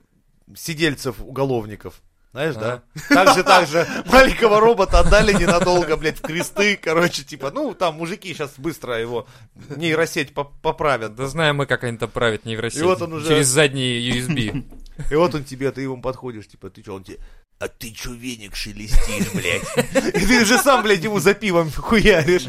[SPEAKER 3] сидельцев, уголовников. Знаешь, да? Так же, так же. Маленького робота отдали ненадолго, блядь, в кресты, короче, типа, ну, там мужики сейчас быстро его нейросеть поп- поправят.
[SPEAKER 2] Да знаем мы, как они там правят нейросеть.
[SPEAKER 3] И вот он уже-
[SPEAKER 2] Через задние USB.
[SPEAKER 3] И вот он тебе, ты ему подходишь, типа, ты чё, он тебе, а ты чё веник шелестишь, блядь? И ты же сам, блядь, ему за пивом хуяришь.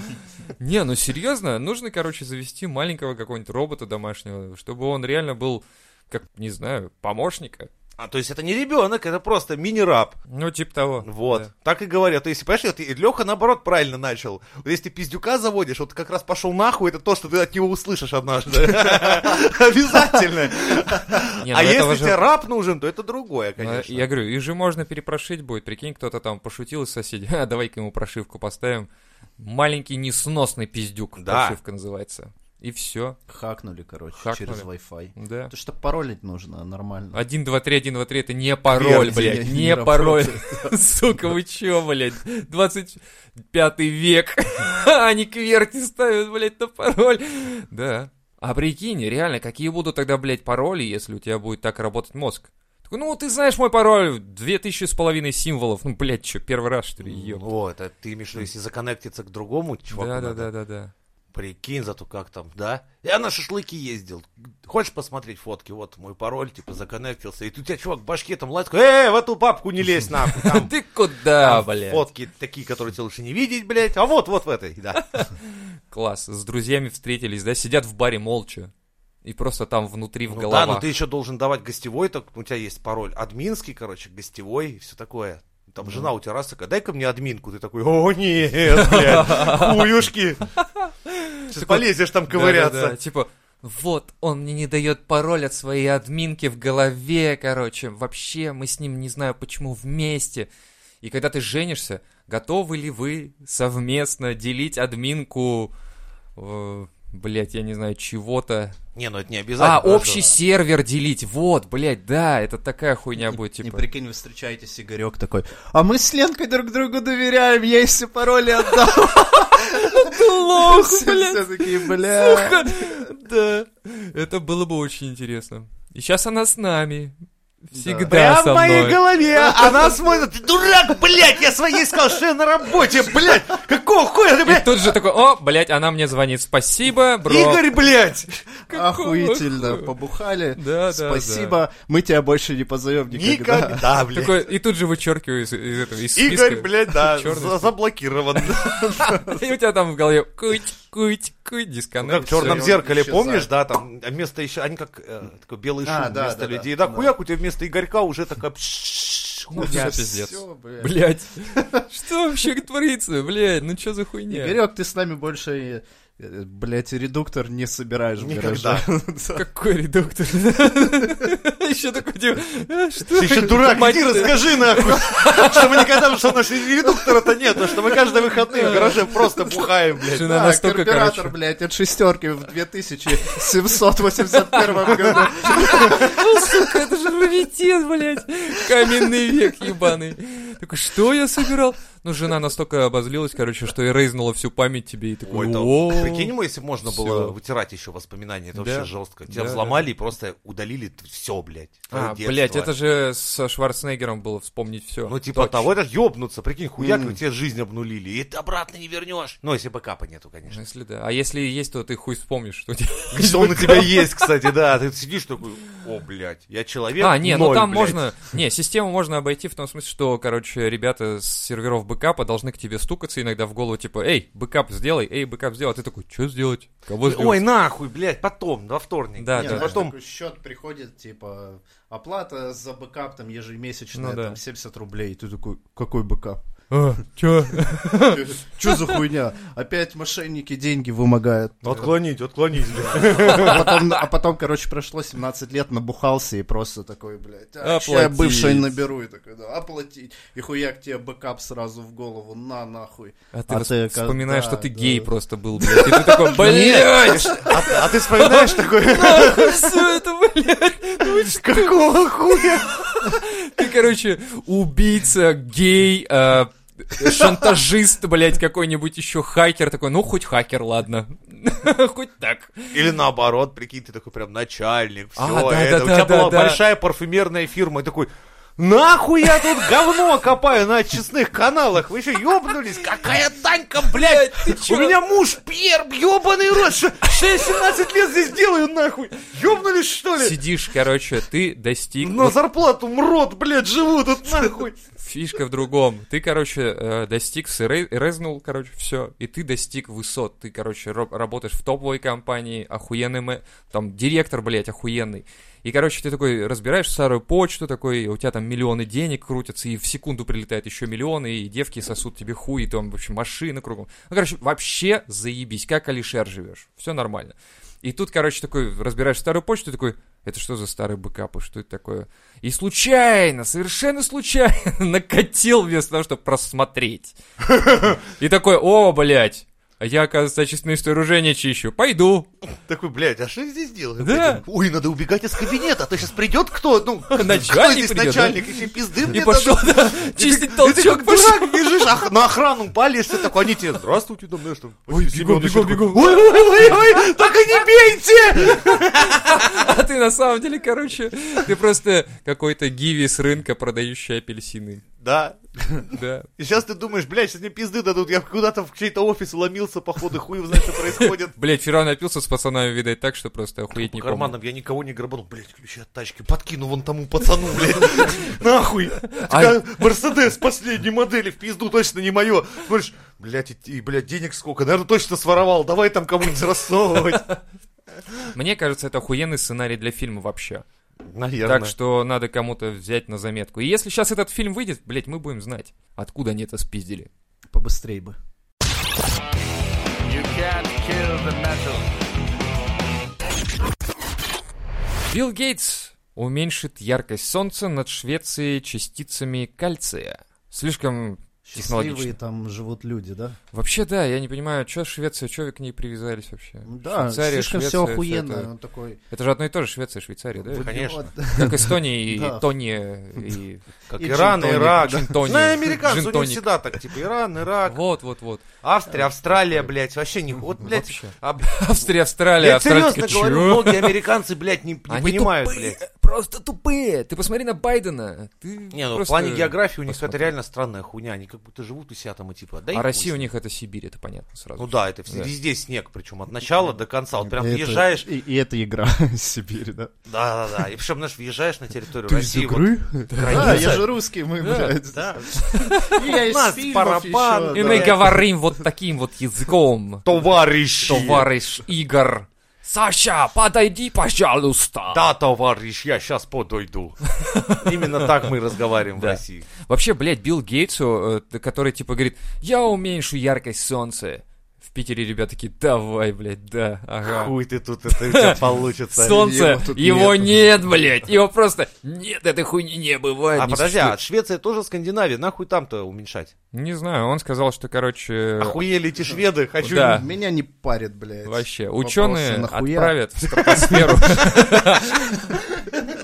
[SPEAKER 2] Не, ну серьезно, нужно, короче, завести маленького какого-нибудь робота домашнего, чтобы он реально был, как, не знаю, помощника.
[SPEAKER 3] А то есть это не ребенок, это просто мини-раб.
[SPEAKER 2] Ну, типа того.
[SPEAKER 3] Вот,
[SPEAKER 2] Да.
[SPEAKER 3] так и говорят. То есть, понимаешь, вот и Леха, наоборот, правильно начал. Вот если ты пиздюка заводишь, вот как раз пошел нахуй, это то, что ты от него услышишь однажды. Обязательно.
[SPEAKER 2] Не, ну
[SPEAKER 3] А
[SPEAKER 2] этого
[SPEAKER 3] если
[SPEAKER 2] же-
[SPEAKER 3] тебе раб нужен, то это другое,
[SPEAKER 2] Ну,
[SPEAKER 3] конечно.
[SPEAKER 2] Я говорю, их же можно перепрошить будет. Прикинь, кто-то там пошутил из соседей. А, давай-ка ему прошивку поставим. Маленький несносный пиздюк.
[SPEAKER 3] Да.
[SPEAKER 2] Прошивка называется. И все.
[SPEAKER 4] Хакнули, короче,
[SPEAKER 2] Хакнули.
[SPEAKER 4] через Wi-Fi.
[SPEAKER 2] Да.
[SPEAKER 4] То, что паролить нужно нормально.
[SPEAKER 2] 1, 2, 3, 1, 2, 3, это не пароль,
[SPEAKER 4] Верьте,
[SPEAKER 2] блядь,
[SPEAKER 4] не-
[SPEAKER 2] не,
[SPEAKER 4] не
[SPEAKER 2] пароль.
[SPEAKER 4] работает.
[SPEAKER 2] Сука, вы чё, блядь, 25 век, они кверти ставят, блядь, на пароль. Да. А прикинь, реально, какие будут тогда, блядь, пароли, если у тебя будет так работать мозг? Такой, ну, ты знаешь мой пароль, две тысячи с половиной символов. Ну, блядь, чё, первый раз, что ли, ёб.
[SPEAKER 3] О, это а ты имеешь в виду, если законнектиться к другому ну, чуваку,
[SPEAKER 2] Да, да,
[SPEAKER 3] надо.
[SPEAKER 2] да, да, да.
[SPEAKER 3] прикинь, зато как там, да? Я на шашлыки ездил. Хочешь посмотреть фотки? Вот мой пароль, типа, законнектился. И тут у тебя чувак в башке там лазит, э, в эту папку не лезь нахуй. там
[SPEAKER 2] Ты куда,
[SPEAKER 3] Там
[SPEAKER 2] блядь?
[SPEAKER 3] Фотки такие, которые тебе лучше не видеть, блядь. А вот, вот в этой, да.
[SPEAKER 2] Класс, с друзьями встретились, да, сидят в баре молча. И просто там внутри в
[SPEAKER 3] Ну
[SPEAKER 2] головах.
[SPEAKER 3] Да, но ты еще должен давать гостевой, так у тебя есть пароль админский, короче, гостевой и все такое. Там
[SPEAKER 2] Ну.
[SPEAKER 3] жена у тебя раз такая, дай-ка мне админку. Ты такой, о, нет, блядь, хуюшки. Сейчас полезешь там
[SPEAKER 2] Да-да-да,
[SPEAKER 3] ковыряться.
[SPEAKER 2] Типа, вот, он мне не дает пароль от своей админки в голове, короче. Вообще, мы с ним не знаю почему вместе. И когда ты женишься, готовы ли вы совместно делить админку э, блядь, я не знаю, чего-то.
[SPEAKER 3] Не, ну это не обязательно.
[SPEAKER 2] А,
[SPEAKER 3] потому
[SPEAKER 2] общий
[SPEAKER 3] что-
[SPEAKER 2] сервер делить. Вот, блядь, да, это такая хуйня будет,
[SPEAKER 4] И
[SPEAKER 2] типа.
[SPEAKER 4] прикинь, вы встречаетесь, Игорек такой, а мы с Ленкой друг другу доверяем, я ей все пароли отдал.
[SPEAKER 2] Лох, блядь.
[SPEAKER 4] Все такие, бля.
[SPEAKER 2] Да. Это было бы очень интересно. И сейчас она с нами. Всегда
[SPEAKER 3] Прям
[SPEAKER 2] со
[SPEAKER 3] в моей
[SPEAKER 2] мной.
[SPEAKER 3] голове. Она смотрит, ты дурак, блядь, я своей сказал, что я на работе, блядь. Какого хуя ты,
[SPEAKER 2] И
[SPEAKER 3] блядь?
[SPEAKER 2] тут же такой, о, блядь, она мне звонит, спасибо, бро.
[SPEAKER 3] Игорь, блядь.
[SPEAKER 4] Охуительно,
[SPEAKER 2] хуя?
[SPEAKER 4] побухали.
[SPEAKER 2] Да, да,
[SPEAKER 4] Спасибо, мы тебя больше не позовем никогда.
[SPEAKER 3] Никогда, блядь.
[SPEAKER 2] Такой, и тут же вычеркиваю из, из этого, из списка.
[SPEAKER 3] Игорь, блядь, да,
[SPEAKER 2] Чёрный
[SPEAKER 3] за- заблокирован.
[SPEAKER 2] И у тебя там в голове куть, куть, куть, дисконнект.
[SPEAKER 3] Ну, Как в черном
[SPEAKER 4] он
[SPEAKER 3] зеркале,
[SPEAKER 4] исчезает.
[SPEAKER 3] помнишь, да, там а вместо еще, они как э, такой белый шум
[SPEAKER 4] А, да,
[SPEAKER 3] вместо
[SPEAKER 4] да, да.
[SPEAKER 3] людей. Да,
[SPEAKER 4] Да.
[SPEAKER 3] хуяк у тебя вместо Игорька уже такая... пшшш,
[SPEAKER 2] Ну,
[SPEAKER 3] хуйня.
[SPEAKER 2] всё, пиздец. Блять. Что вообще творится, блядь? Ну что за хуйня?
[SPEAKER 4] Игорек, ты с нами больше, э, блядь, редуктор не собираешь в
[SPEAKER 3] Никогда.
[SPEAKER 4] гараже.
[SPEAKER 2] Какой редуктор? Еще такой, типа, «А, что?
[SPEAKER 3] Ты еще дурак,
[SPEAKER 2] Мать
[SPEAKER 3] иди
[SPEAKER 2] ты».
[SPEAKER 3] расскажи нахуй, что мы никогда, что у нас редуктора-то нет, потому что мы каждые выходные в гараже просто бухаем, блядь.
[SPEAKER 2] Жена
[SPEAKER 4] Да,
[SPEAKER 2] настолько,
[SPEAKER 4] карбюратор,
[SPEAKER 2] короче.
[SPEAKER 4] блядь, от шестерки в 2781 году.
[SPEAKER 2] Сука, это же раритет, блядь. Каменный век ебаный. Такой, что я собирал? Ну, жена настолько обозлилась, короче, что и рейзнула всю память тебе. И такой,
[SPEAKER 3] Ой, да.
[SPEAKER 2] «О,
[SPEAKER 3] Прикинь, ему, если можно было
[SPEAKER 2] Всё.
[SPEAKER 3] вытирать еще воспоминания, это
[SPEAKER 2] Да.
[SPEAKER 3] вообще жестко. Тебя
[SPEAKER 2] Да,
[SPEAKER 3] взломали и просто удалили все, блядь.
[SPEAKER 2] А,
[SPEAKER 3] твоё
[SPEAKER 2] блядь,
[SPEAKER 3] детство.
[SPEAKER 2] это же со Шварценеггером было вспомнить все.
[SPEAKER 3] Ну, типа того, это ж ёбнуться, прикинь, хуяк, и тебе жизнь обнулили, и ты обратно не вернешь. Ну, если бэкапа нету, конечно.
[SPEAKER 2] Если да. А если и есть, то ты хуй вспомнишь, что у тебя
[SPEAKER 3] Что он у тебя есть, кстати, да, ты сидишь такой, о, блядь, я человек,
[SPEAKER 2] А, не, ну
[SPEAKER 3] ноль,
[SPEAKER 2] там
[SPEAKER 3] блядь».
[SPEAKER 2] можно... Не, систему можно обойти в том смысле, что, короче, ребята с серверов бэкапа должны к тебе стукаться иногда в голову, типа, эй, бэкап сделай, эй, бэкап сделай. А ты такой, что сделать? Кого сделать?
[SPEAKER 3] Ой, нахуй, блядь, потом, во вторник.
[SPEAKER 2] Да,
[SPEAKER 4] Не,
[SPEAKER 2] да.
[SPEAKER 4] знаешь,
[SPEAKER 3] Потом
[SPEAKER 4] такой счет приходит, типа, оплата за бэкап там ежемесячная,
[SPEAKER 2] Ну да.
[SPEAKER 4] там 70 рублей. И ты такой, какой бэкап?
[SPEAKER 2] А, чё?
[SPEAKER 4] Че за хуйня? Опять мошенники деньги вымогают.
[SPEAKER 3] Ну, Отклонить, отклонить.
[SPEAKER 4] А потом, а потом, короче, прошло 17 лет, набухался и просто такой, блядь, а, ща я
[SPEAKER 2] Оплатить.
[SPEAKER 4] бывший наберу и такой, да, оплатить. И хуяк тебе бэкап сразу в голову, на нахуй.
[SPEAKER 2] А ты
[SPEAKER 4] А
[SPEAKER 2] вос-
[SPEAKER 4] ты как-
[SPEAKER 2] вспоминаешь,
[SPEAKER 4] да,
[SPEAKER 2] что ты
[SPEAKER 4] да. Ну,
[SPEAKER 2] гей просто был, блядь. И ты такой, блядь,
[SPEAKER 3] А ты вспоминаешь такой,
[SPEAKER 2] все это, блядь. ну вы что?»
[SPEAKER 3] какого хуя?
[SPEAKER 2] Ты, короче, убийца, гей, э, шантажист, блядь, какой-нибудь еще хакер такой, ну, хоть хакер, ладно. Хоть так.
[SPEAKER 3] Или наоборот, прикинь, ты такой прям начальник, все,
[SPEAKER 2] А, да,
[SPEAKER 3] это.
[SPEAKER 2] да,
[SPEAKER 3] У
[SPEAKER 2] да,
[SPEAKER 3] тебя
[SPEAKER 2] да,
[SPEAKER 3] была
[SPEAKER 2] да.
[SPEAKER 3] большая парфюмерная фирма, и такой, Нахуй я тут говно копаю на честных каналах? Вы еще ёбнулись? Какая Танька, блядь? У меня муж Пьер, ёбаный рот. Что что я 17 лет здесь делаю, нахуй? Ёбнулись, что ли?
[SPEAKER 2] Сидишь, короче, ты достиг...
[SPEAKER 4] Ну,
[SPEAKER 3] На зарплату мрот, блядь, живу тут, нахуй.
[SPEAKER 2] Фишка в другом. Ты, короче, э, достиг, сыры- резнул, короче, все. И ты достиг высот. Ты, короче, роб- работаешь в топовой компании, охуенный, мэ- там, директор, блядь, охуенный. И, короче, ты такой разбираешь старую почту, такой, у тебя там миллионы денег крутятся, и в секунду прилетает еще миллионы, и девки сосут тебе хуй, и там, в общем, машины кругом. Ну, короче, вообще заебись, как Алишер живешь. Все нормально. И тут, короче, такой, разбираешь старую почту, такой, это что за старые бэкапы, что это такое? И случайно, совершенно случайно накатил вместо того, чтобы просмотреть. И такой, о, блядь, а я, оказывается, очистные сооружения чищу. Пойду.
[SPEAKER 3] Такой, блядь, а что я здесь делаю?
[SPEAKER 2] Да.
[SPEAKER 3] Ой, надо убегать из кабинета, а то сейчас придет кто, ну, кто
[SPEAKER 2] Начальник
[SPEAKER 3] здесь
[SPEAKER 2] придет,
[SPEAKER 3] начальник, еще пизды
[SPEAKER 2] И
[SPEAKER 3] мне
[SPEAKER 2] пошел
[SPEAKER 3] дадут.
[SPEAKER 2] да, чистить толчок.
[SPEAKER 3] Как
[SPEAKER 2] пошел.
[SPEAKER 3] дурак бежишь, ах- на охрану палишься, такой, они тебе, здравствуйте, там, знаешь, там,
[SPEAKER 2] Ой, бегу, бегу, бегу.
[SPEAKER 3] Ой, ой, ой, ой, только не бейте!
[SPEAKER 2] А ты на самом деле, короче, ты просто какой-то гиви с рынка, продающий апельсины.
[SPEAKER 3] Да,
[SPEAKER 2] Да.
[SPEAKER 3] и сейчас ты думаешь, блядь, сейчас мне пизды дадут, я куда-то в чей-то офис ломился, походу, хуев знает, что происходит.
[SPEAKER 2] Блядь, вчера напился с пацанами, видать, так, что просто охуеть не
[SPEAKER 3] По
[SPEAKER 2] помню.
[SPEAKER 3] карманам я никого не грабанул. Блять, ключи от тачки. Подкину вон тому пацану, блядь. Нахуй. Такая, Мерседес последней модели в пизду точно не мое. Говоришь, блядь, и- и, блядь, денег сколько. Наверное, точно своровал. Давай там кому-нибудь рассовывать.
[SPEAKER 2] Мне кажется, это охуенный сценарий для фильма вообще.
[SPEAKER 3] Наверное.
[SPEAKER 2] Так что надо кому-то взять на заметку. И если сейчас этот фильм выйдет, блядь, мы будем знать, откуда они это спиздили.
[SPEAKER 4] Побыстрей бы.
[SPEAKER 2] Билл Гейтс уменьшит яркость солнца над Швецией частицами кальция. Слишком
[SPEAKER 4] Счастливые
[SPEAKER 2] Технологично.
[SPEAKER 4] там живут люди, да?
[SPEAKER 2] Вообще, да, я не понимаю, что Швеция, что вы к ней привязались вообще?
[SPEAKER 4] Да,
[SPEAKER 2] Швейцария,
[SPEAKER 4] слишком
[SPEAKER 2] Швеция,
[SPEAKER 4] все
[SPEAKER 2] всё
[SPEAKER 4] охуенно.
[SPEAKER 2] это-
[SPEAKER 4] Он такой...
[SPEAKER 2] Это же одно и то же Швеция и Швейцария, да?
[SPEAKER 3] Конечно.
[SPEAKER 4] Вот.
[SPEAKER 2] Как Эстония и
[SPEAKER 4] Да.
[SPEAKER 2] Тония и...
[SPEAKER 3] Как
[SPEAKER 4] И
[SPEAKER 3] Иран,
[SPEAKER 4] джин-тоник,
[SPEAKER 3] Ирак.
[SPEAKER 2] джин-тоник.
[SPEAKER 3] На американцев у него
[SPEAKER 2] Джин-тоник.
[SPEAKER 3] всегда так, типа, Иран, Ирак,
[SPEAKER 2] Вот, вот, вот.
[SPEAKER 3] Австрия, Австралия, блядь, вообще не... Вот, блядь,
[SPEAKER 2] Вообще.
[SPEAKER 3] об-
[SPEAKER 2] Австрия, Австралия,
[SPEAKER 3] я
[SPEAKER 2] Австралия.
[SPEAKER 3] серьезно говорю, многие американцы, блядь, не не
[SPEAKER 2] Они
[SPEAKER 3] понимают,
[SPEAKER 2] тупые,
[SPEAKER 3] блядь.
[SPEAKER 2] просто тупые. Ты посмотри на Байдена. Ты
[SPEAKER 3] Не, ну
[SPEAKER 2] просто-
[SPEAKER 3] в плане географии у них это
[SPEAKER 2] посмотри.
[SPEAKER 3] реально странная хуйня. Они как будто живут у себя там и типа. Да и
[SPEAKER 2] А
[SPEAKER 3] хуй
[SPEAKER 2] Россия
[SPEAKER 3] с
[SPEAKER 2] у
[SPEAKER 3] ним.
[SPEAKER 2] них это Сибирь, это понятно сразу.
[SPEAKER 3] Ну
[SPEAKER 2] же.
[SPEAKER 3] да, это вс-
[SPEAKER 2] Да.
[SPEAKER 3] везде снег, причем от начала до конца. Вот прям
[SPEAKER 4] Это-
[SPEAKER 3] въезжаешь.
[SPEAKER 4] И, и это игра Сибирь, да?
[SPEAKER 3] Да, да, да. И причем, знаешь, въезжаешь на территорию России. вот
[SPEAKER 4] Да,
[SPEAKER 3] граница.
[SPEAKER 4] я же русский, мы, блядь.
[SPEAKER 3] Да.
[SPEAKER 4] И я из
[SPEAKER 3] Нас
[SPEAKER 4] фильмов
[SPEAKER 3] барабан,
[SPEAKER 4] ещё,
[SPEAKER 2] И
[SPEAKER 4] да.
[SPEAKER 2] мы говорим вот таким вот языком.
[SPEAKER 3] Товарищи!
[SPEAKER 2] Товарищ Игорь. Саша, подойди, пожалуйста.
[SPEAKER 3] Да, товарищ, я сейчас подойду. Именно так мы разговариваем в
[SPEAKER 2] Да.
[SPEAKER 3] России.
[SPEAKER 2] Вообще, блядь, Билл Гейтсу, э, который типа говорит, я уменьшу яркость солнца. В Питере ребята такие, давай, блядь, да, ага.
[SPEAKER 3] Хуй ты тут, это у тебя получится.
[SPEAKER 2] Солнце,
[SPEAKER 4] его тут
[SPEAKER 2] его
[SPEAKER 4] нету.
[SPEAKER 2] нет, блядь, его просто нет, этой хуйни не бывает.
[SPEAKER 3] А
[SPEAKER 2] не
[SPEAKER 3] подожди, а
[SPEAKER 2] существует».
[SPEAKER 3] Швеция тоже Скандинавия, нахуй там-то уменьшать?
[SPEAKER 2] Не знаю, он сказал, что, короче,
[SPEAKER 3] Охуели эти шведы, хочу...
[SPEAKER 2] Да.
[SPEAKER 4] Меня не парит, блядь.
[SPEAKER 2] вообще,
[SPEAKER 4] Вопросы,
[SPEAKER 2] ученые
[SPEAKER 4] нахуя?
[SPEAKER 2] отправят в стратосферу.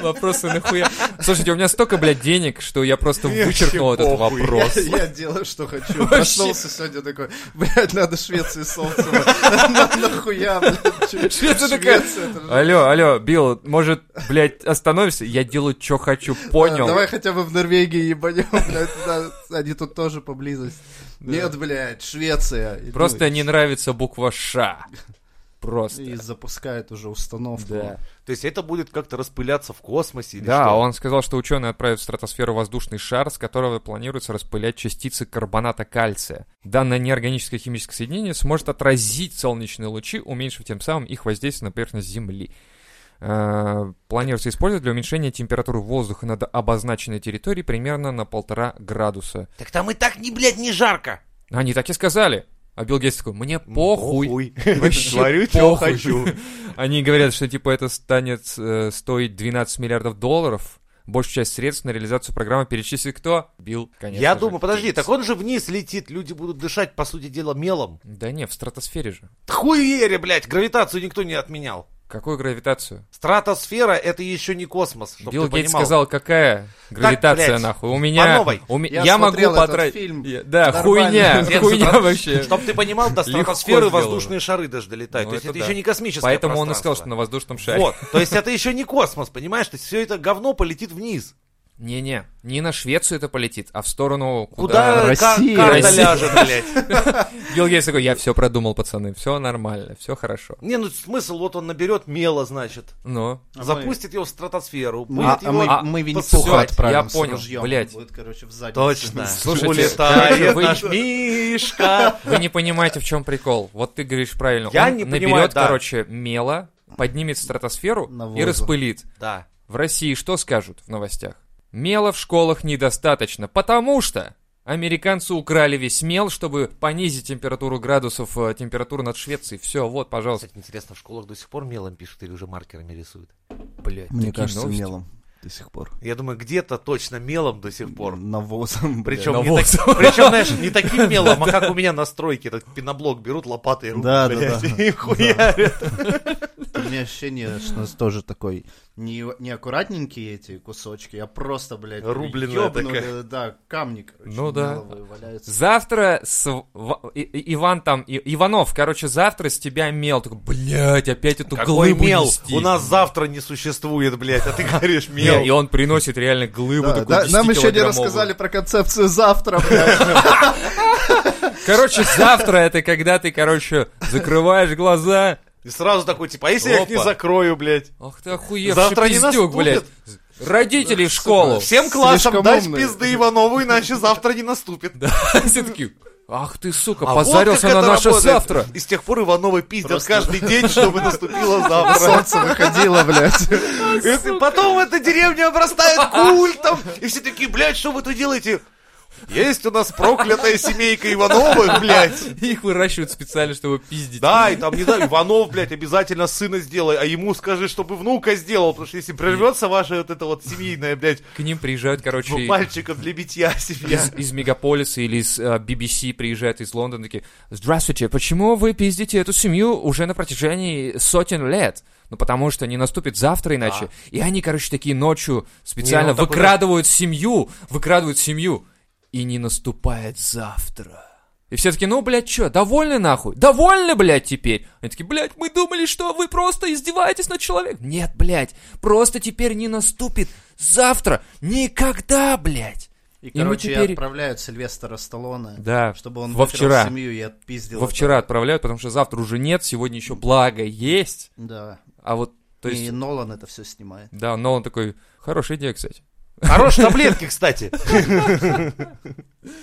[SPEAKER 2] Вопросы нахуя? Слушайте, у меня столько, блядь, денег, что я просто
[SPEAKER 3] Мне
[SPEAKER 2] вычеркнул
[SPEAKER 3] вообще
[SPEAKER 2] этот
[SPEAKER 3] похуй.
[SPEAKER 2] вопрос.
[SPEAKER 4] Я делаю, что хочу. Проснулся сегодня такой, блядь, надо Швеции солнце. На- Нахуя, блядь. чё-
[SPEAKER 2] Швеция такая, «А,
[SPEAKER 4] это же-
[SPEAKER 2] Алло, алло, Билл, может, блядь, остановишься? Я делаю, что хочу, понял?
[SPEAKER 4] А, Давай хотя бы в Норвегии ебанем, блядь, да, они тут тоже поблизости. Нет, блядь, Швеция. Иду.
[SPEAKER 2] Просто не нравится буква Ш.
[SPEAKER 4] И
[SPEAKER 2] Просто.
[SPEAKER 4] запускает уже установку.
[SPEAKER 2] Да.
[SPEAKER 3] То есть это будет как-то распыляться в космосе или
[SPEAKER 2] Да,
[SPEAKER 3] что?
[SPEAKER 2] он сказал, что ученые отправят в стратосферу воздушный шар, с которого планируется распылять частицы карбоната кальция. Данное неорганическое химическое соединение сможет отразить солнечные лучи, уменьшив тем самым их воздействие на поверхность Земли. Э, Планируется использовать для уменьшения температуры воздуха над обозначенной территорией примерно на полтора градуса.
[SPEAKER 3] Так там и так, не, блядь, не жарко.
[SPEAKER 2] Они так и сказали. А Билл Гейтс такой, мне похуй. Вообще
[SPEAKER 3] Говорю, что
[SPEAKER 2] похуй.
[SPEAKER 3] хочу.
[SPEAKER 2] Они говорят, что типа это станет э, стоить 12 миллиардов долларов. Большую часть средств на реализацию программы перечислил кто? Билл, конечно.
[SPEAKER 3] Я
[SPEAKER 2] же,
[SPEAKER 3] думаю, подожди,
[SPEAKER 2] Гейтс.
[SPEAKER 3] так он же вниз летит, люди будут дышать, по сути дела, мелом.
[SPEAKER 2] Да не, в стратосфере же.
[SPEAKER 3] Хуере, блядь, гравитацию никто не отменял.
[SPEAKER 2] Какую гравитацию?
[SPEAKER 3] Стратосфера это еще не космос, чтобы
[SPEAKER 2] Билл
[SPEAKER 3] ты
[SPEAKER 2] Гейтс
[SPEAKER 3] понимал.
[SPEAKER 2] сказал, какая гравитация,
[SPEAKER 3] блядь,
[SPEAKER 2] нахуй. У меня...
[SPEAKER 3] новой.
[SPEAKER 2] у ме-
[SPEAKER 4] Я
[SPEAKER 2] я могу
[SPEAKER 4] смотрел этот
[SPEAKER 2] потратить...
[SPEAKER 4] фильм.
[SPEAKER 2] Я- Да,
[SPEAKER 4] Нормально.
[SPEAKER 2] хуйня,
[SPEAKER 4] Нет,
[SPEAKER 2] хуйня
[SPEAKER 3] затрат-
[SPEAKER 2] вообще.
[SPEAKER 3] Чтоб ты понимал, до
[SPEAKER 2] Легко
[SPEAKER 3] стратосферы
[SPEAKER 2] сделано.
[SPEAKER 3] воздушные шары даже долетают.
[SPEAKER 2] Ну,
[SPEAKER 3] То есть
[SPEAKER 2] это
[SPEAKER 3] это
[SPEAKER 2] да.
[SPEAKER 3] еще не космическое
[SPEAKER 2] Поэтому он и сказал, что
[SPEAKER 3] пространство.
[SPEAKER 2] на воздушном шаре.
[SPEAKER 3] Вот, то есть это еще не космос, понимаешь? То есть все это говно полетит вниз.
[SPEAKER 2] Не-не, не на Швецию это полетит, а в сторону...
[SPEAKER 3] Куда
[SPEAKER 2] Куда...
[SPEAKER 3] ка-
[SPEAKER 4] Россия.
[SPEAKER 3] карта
[SPEAKER 2] Россия.
[SPEAKER 3] ляжет, блядь?
[SPEAKER 2] Билл Гейтс такой, я все продумал, пацаны, все нормально, все хорошо.
[SPEAKER 3] Не, ну смысл, вот он наберет мела, значит.
[SPEAKER 2] Но...
[SPEAKER 3] запустит его в стратосферу.
[SPEAKER 4] А Мы,
[SPEAKER 3] будет
[SPEAKER 4] а
[SPEAKER 3] его
[SPEAKER 4] мы,
[SPEAKER 2] а,
[SPEAKER 4] мы
[SPEAKER 3] посылать.
[SPEAKER 4] Винни-Пуха отправим
[SPEAKER 2] я
[SPEAKER 4] с
[SPEAKER 2] понял,
[SPEAKER 4] ружьем.
[SPEAKER 2] блядь.
[SPEAKER 4] Он будет, короче, в задницу.
[SPEAKER 3] Точно.
[SPEAKER 2] Слушайте, короче,
[SPEAKER 3] Улетает
[SPEAKER 2] вы-
[SPEAKER 3] наш Мишка.
[SPEAKER 2] Вы не понимаете, в чем прикол. Вот ты говоришь правильно.
[SPEAKER 3] Я
[SPEAKER 2] Он
[SPEAKER 3] не
[SPEAKER 2] наберет,
[SPEAKER 3] понимаю, да.
[SPEAKER 2] короче, мела, поднимет в стратосферу
[SPEAKER 4] На
[SPEAKER 2] и
[SPEAKER 4] воздух.
[SPEAKER 2] распылит.
[SPEAKER 3] Да.
[SPEAKER 2] В России что скажут в новостях? Мела в школах недостаточно, потому что американцы украли весь мел, чтобы понизить температуру градусов, э, температуру над Швецией. Все, вот, пожалуйста.
[SPEAKER 3] Кстати, интересно, в школах до сих пор мелом пишут или уже маркерами рисуют?
[SPEAKER 2] Блядь, такие новости.
[SPEAKER 4] мелом до сих пор.
[SPEAKER 3] Я думаю, где-то точно мелом до сих пор.
[SPEAKER 4] Навозом,
[SPEAKER 3] Причем,
[SPEAKER 2] блядь,
[SPEAKER 3] не так-
[SPEAKER 2] навозом.
[SPEAKER 3] причем, знаешь, не таким мелом, а как у меня на стройке, этот пеноблок берут лопатой руку,
[SPEAKER 4] Да, да,
[SPEAKER 3] блядь,
[SPEAKER 4] да.
[SPEAKER 3] и хуярят.
[SPEAKER 4] У меня ощущение, что у нас тоже такой не, неаккуратненькие эти кусочки, а просто, блядь,
[SPEAKER 3] Рубленная
[SPEAKER 4] ёбнули,
[SPEAKER 3] такая.
[SPEAKER 4] да, камни, короче,
[SPEAKER 2] Ну да.
[SPEAKER 4] меловые валяются.
[SPEAKER 2] Завтра с... Ва- И- И- Иван там, И- Иванов, короче, завтра с тебя мел. Такой, блядь, опять эту
[SPEAKER 3] Какой
[SPEAKER 2] глыбу
[SPEAKER 3] мел?
[SPEAKER 2] нести».
[SPEAKER 3] У нас завтра не существует, блядь, а ты говоришь
[SPEAKER 2] Не, и
[SPEAKER 3] мел.
[SPEAKER 2] он приносит реально глыбу
[SPEAKER 4] Да,
[SPEAKER 2] такую
[SPEAKER 4] да, нам еще не
[SPEAKER 2] 10-килограммовую.
[SPEAKER 4] рассказали про концепцию завтра, блядь.
[SPEAKER 2] Короче, завтра это когда ты, короче, закрываешь глаза.
[SPEAKER 3] И сразу такой, типа, а если я их не
[SPEAKER 2] Опа.
[SPEAKER 3] закрою, блядь?
[SPEAKER 2] Ах ты охуевший
[SPEAKER 3] Завтра не
[SPEAKER 2] пиздюк,
[SPEAKER 3] наступит.
[SPEAKER 2] блядь. Родители в школу.
[SPEAKER 3] Всем классам
[SPEAKER 4] Слишком
[SPEAKER 3] дать
[SPEAKER 4] умные.
[SPEAKER 3] пизды Иванову, иначе завтра не наступит.
[SPEAKER 2] Все такие, ах ты, сука,
[SPEAKER 3] А вот
[SPEAKER 2] позарился
[SPEAKER 3] как
[SPEAKER 2] на
[SPEAKER 3] это
[SPEAKER 2] наше
[SPEAKER 3] работает.
[SPEAKER 2] завтра.
[SPEAKER 3] И с тех пор Ивановы пиздят
[SPEAKER 4] Просто-
[SPEAKER 3] каждый день, чтобы наступило завтра.
[SPEAKER 4] Солнце выходило, блядь.
[SPEAKER 3] Э, И Потом эта деревня обрастает культом. И все такие, блядь, что вы тут делаете? Есть у нас проклятая семейка Ивановых, блядь.
[SPEAKER 2] Их выращивают специально, чтобы пиздить.
[SPEAKER 3] Да, и там, не знаю, Иванов, блядь, обязательно сына сделай, а ему скажи, чтобы внука сделал, потому что если прервется ваша вот эта вот семейная, блядь,
[SPEAKER 2] К ним приезжают, короче,
[SPEAKER 3] ну, мальчиков для битья семья.
[SPEAKER 2] из, из мегаполиса или из э, BBC приезжают из Лондона такие «Здравствуйте, почему вы пиздите эту семью уже на протяжении сотен лет?» Ну, потому что не наступит завтра иначе. И они, короче, такие ночью специально
[SPEAKER 3] Не, ну, такой-
[SPEAKER 2] выкрадывают семью, выкрадывают семью, и не наступает завтра. И все таки ну, блядь, чё, довольны нахуй? Довольны, блядь, теперь? Они такие, блядь, мы думали, что вы просто издеваетесь над человеком. Нет, блядь, просто теперь не наступит завтра. Никогда, блядь.
[SPEAKER 4] И,
[SPEAKER 2] мы
[SPEAKER 4] короче,
[SPEAKER 2] теперь-
[SPEAKER 4] отправляют Сильвестра Сталлоне,
[SPEAKER 2] Да.
[SPEAKER 4] чтобы он
[SPEAKER 2] во
[SPEAKER 4] выкрал
[SPEAKER 2] вчера.
[SPEAKER 4] семью и отпиздил.
[SPEAKER 2] Во
[SPEAKER 4] это.
[SPEAKER 2] вчера отправляют, потому что завтра уже нет, сегодня еще благо есть.
[SPEAKER 4] Да.
[SPEAKER 2] А вот, то
[SPEAKER 4] И
[SPEAKER 2] есть,
[SPEAKER 4] Нолан это все снимает.
[SPEAKER 2] да, но он такой, хорошая идея, кстати.
[SPEAKER 3] Хорош таблетки, кстати.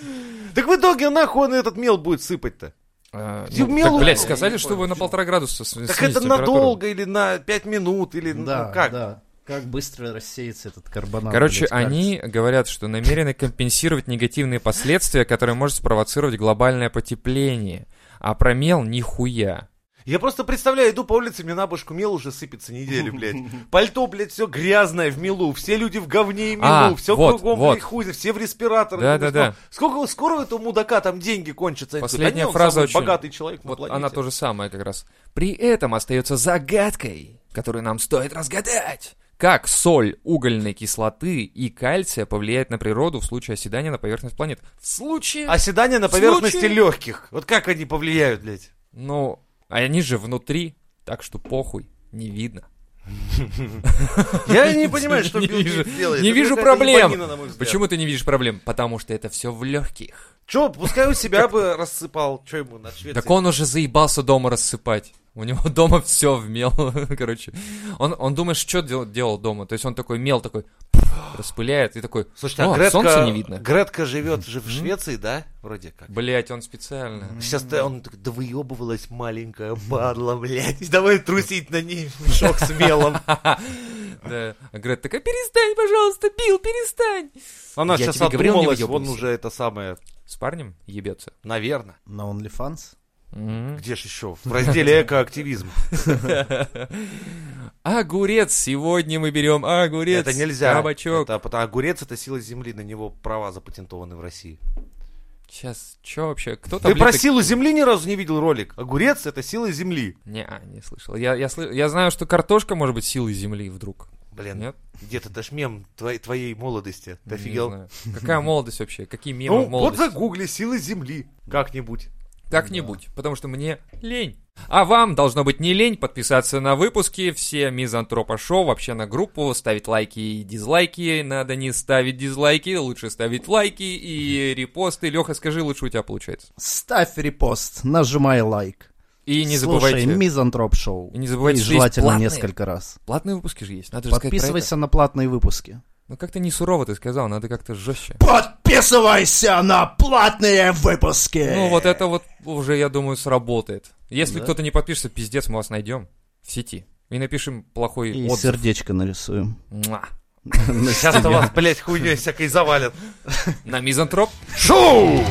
[SPEAKER 3] Так в итоге нахуй он этот мел будет сыпать-то?
[SPEAKER 2] А,
[SPEAKER 3] Ты
[SPEAKER 2] ну,
[SPEAKER 3] мел
[SPEAKER 2] так,
[SPEAKER 3] он-
[SPEAKER 2] блядь, сказали, что вы на полтора градуса с-
[SPEAKER 3] Так
[SPEAKER 2] снизите
[SPEAKER 3] это
[SPEAKER 2] температуру.
[SPEAKER 3] надолго или на 5 минут, или ну,
[SPEAKER 4] Да,
[SPEAKER 3] как?
[SPEAKER 4] да. Как быстро рассеется этот карбонат.
[SPEAKER 2] Короче,
[SPEAKER 4] блядь,
[SPEAKER 2] они говорят, что намерены компенсировать негативные последствия, которые может спровоцировать глобальное потепление. А про мел нихуя.
[SPEAKER 3] Я просто представляю, иду по улице, мне на башку мел уже сыпется неделю, блядь. Пальто, блядь, все грязное в милу, все люди в говне и милу,
[SPEAKER 2] А,
[SPEAKER 3] все
[SPEAKER 2] вот,
[SPEAKER 3] кругом
[SPEAKER 2] вот.
[SPEAKER 3] блядь, хуй, все в респираторах.
[SPEAKER 2] Да,
[SPEAKER 3] Думаешь,
[SPEAKER 2] да,
[SPEAKER 3] ну, Сколько, скоро у этого мудака там деньги кончатся? Они говорят,
[SPEAKER 2] Последняя
[SPEAKER 3] «Да не, он
[SPEAKER 2] фраза
[SPEAKER 3] самый
[SPEAKER 2] очень-
[SPEAKER 3] богатый человек на
[SPEAKER 2] Вот
[SPEAKER 3] планете».
[SPEAKER 2] она то же самое как раз. При этом остается загадкой, которую нам стоит разгадать. Как соль угольной кислоты и кальция повлияет на природу в случае оседания на поверхность планет? В случае...
[SPEAKER 3] Оседание на
[SPEAKER 2] В
[SPEAKER 3] поверхности
[SPEAKER 2] случае-
[SPEAKER 3] легких. Вот как они повлияют, блядь?
[SPEAKER 2] Ну, а они же внутри, так что похуй, не видно.
[SPEAKER 3] Я не понимаю, что
[SPEAKER 2] не
[SPEAKER 3] Билл Гейтс
[SPEAKER 2] вижу-
[SPEAKER 3] делает.
[SPEAKER 2] не
[SPEAKER 3] Это
[SPEAKER 2] вижу
[SPEAKER 3] какая-то
[SPEAKER 2] проблем.
[SPEAKER 3] ебанина, на мой взгляд.
[SPEAKER 2] Почему ты не видишь проблем? Потому что это все в легких.
[SPEAKER 3] Чё, пускай у себя бы рассыпал. Чё ему на Швеции?
[SPEAKER 2] Так он уже заебался дома рассыпать. У него дома все в мел, короче. Он, он думает, что дел- делал дома. То есть он такой мел такой распыляет и такой,
[SPEAKER 3] Слушай,
[SPEAKER 2] «О,
[SPEAKER 3] а Гретка...
[SPEAKER 2] солнца не видно.
[SPEAKER 3] Гретка живет же в Швеции, да? Вроде как.
[SPEAKER 2] Блять, он специально.
[SPEAKER 3] Сейчас ты- он такой, да выебывалась маленькая падла, блядь. И Давай трусить на ней мешок с мелом.
[SPEAKER 2] Да. А Грет такая, перестань, пожалуйста, Билл, перестань.
[SPEAKER 3] Она
[SPEAKER 2] Я
[SPEAKER 3] сейчас
[SPEAKER 2] тебе говорил, не
[SPEAKER 3] одумалась, он
[SPEAKER 2] выёбывайся.
[SPEAKER 3] уже это самое,
[SPEAKER 2] С парнем ебется.
[SPEAKER 3] наверное.
[SPEAKER 4] На OnlyFans?
[SPEAKER 3] Где ж еще? В разделе экоактивизм.
[SPEAKER 2] Огурец, сегодня мы берем огурец.
[SPEAKER 3] Это нельзя.
[SPEAKER 2] Кабачок.
[SPEAKER 3] Это потому- огурец это сила земли, на него права запатентованы в России.
[SPEAKER 2] Сейчас, что вообще? Кто
[SPEAKER 3] Ты
[SPEAKER 2] там?
[SPEAKER 3] про силу земли ни разу не видел ролик. Огурец это сила земли.
[SPEAKER 2] Не, а, не слышал. Я, я, слы- я знаю, что картошка может быть силой земли вдруг.
[SPEAKER 3] Блин,
[SPEAKER 2] Нет?
[SPEAKER 3] где-то даже мем твоей, твоей молодости.
[SPEAKER 2] Не
[SPEAKER 3] Ты офигел?
[SPEAKER 2] знаю. Какая молодость вообще? Какие мемы
[SPEAKER 3] Ну,
[SPEAKER 2] в
[SPEAKER 3] вот
[SPEAKER 2] молодости?
[SPEAKER 3] загугли силы земли как-нибудь.
[SPEAKER 2] Как-нибудь, потому что мне лень. А вам должно быть не лень подписаться на выпуски, все Мизантропа Шоу, вообще на группу, ставить лайки и дизлайки. Надо не ставить дизлайки, лучше ставить лайки и репосты. Леха, скажи, лучше у тебя получается.
[SPEAKER 4] Ставь репост, нажимай лайк.
[SPEAKER 2] И не
[SPEAKER 4] Слушай,
[SPEAKER 2] забывайте...
[SPEAKER 4] Мизантроп Шоу.
[SPEAKER 2] И не забывайте,
[SPEAKER 4] И
[SPEAKER 2] что есть
[SPEAKER 4] желательно
[SPEAKER 2] платные.
[SPEAKER 4] несколько раз.
[SPEAKER 2] Платные выпуски же есть, надо же сказать про это.
[SPEAKER 4] Подписывайся на платные выпуски.
[SPEAKER 2] Ну как-то не сурово ты сказал, надо как-то жестче.
[SPEAKER 4] Подписывайся на платные выпуски!
[SPEAKER 2] Ну, вот это вот уже, я думаю, сработает. Если кто-то не подпишется, пиздец, мы вас найдем в сети. И напишем плохой
[SPEAKER 4] И
[SPEAKER 2] отзыв.
[SPEAKER 4] сердечко нарисуем.
[SPEAKER 2] Муа.
[SPEAKER 3] Сейчас-то вас, блядь, хуйней всякой завалят.
[SPEAKER 2] На мизантроп.
[SPEAKER 3] Шоу!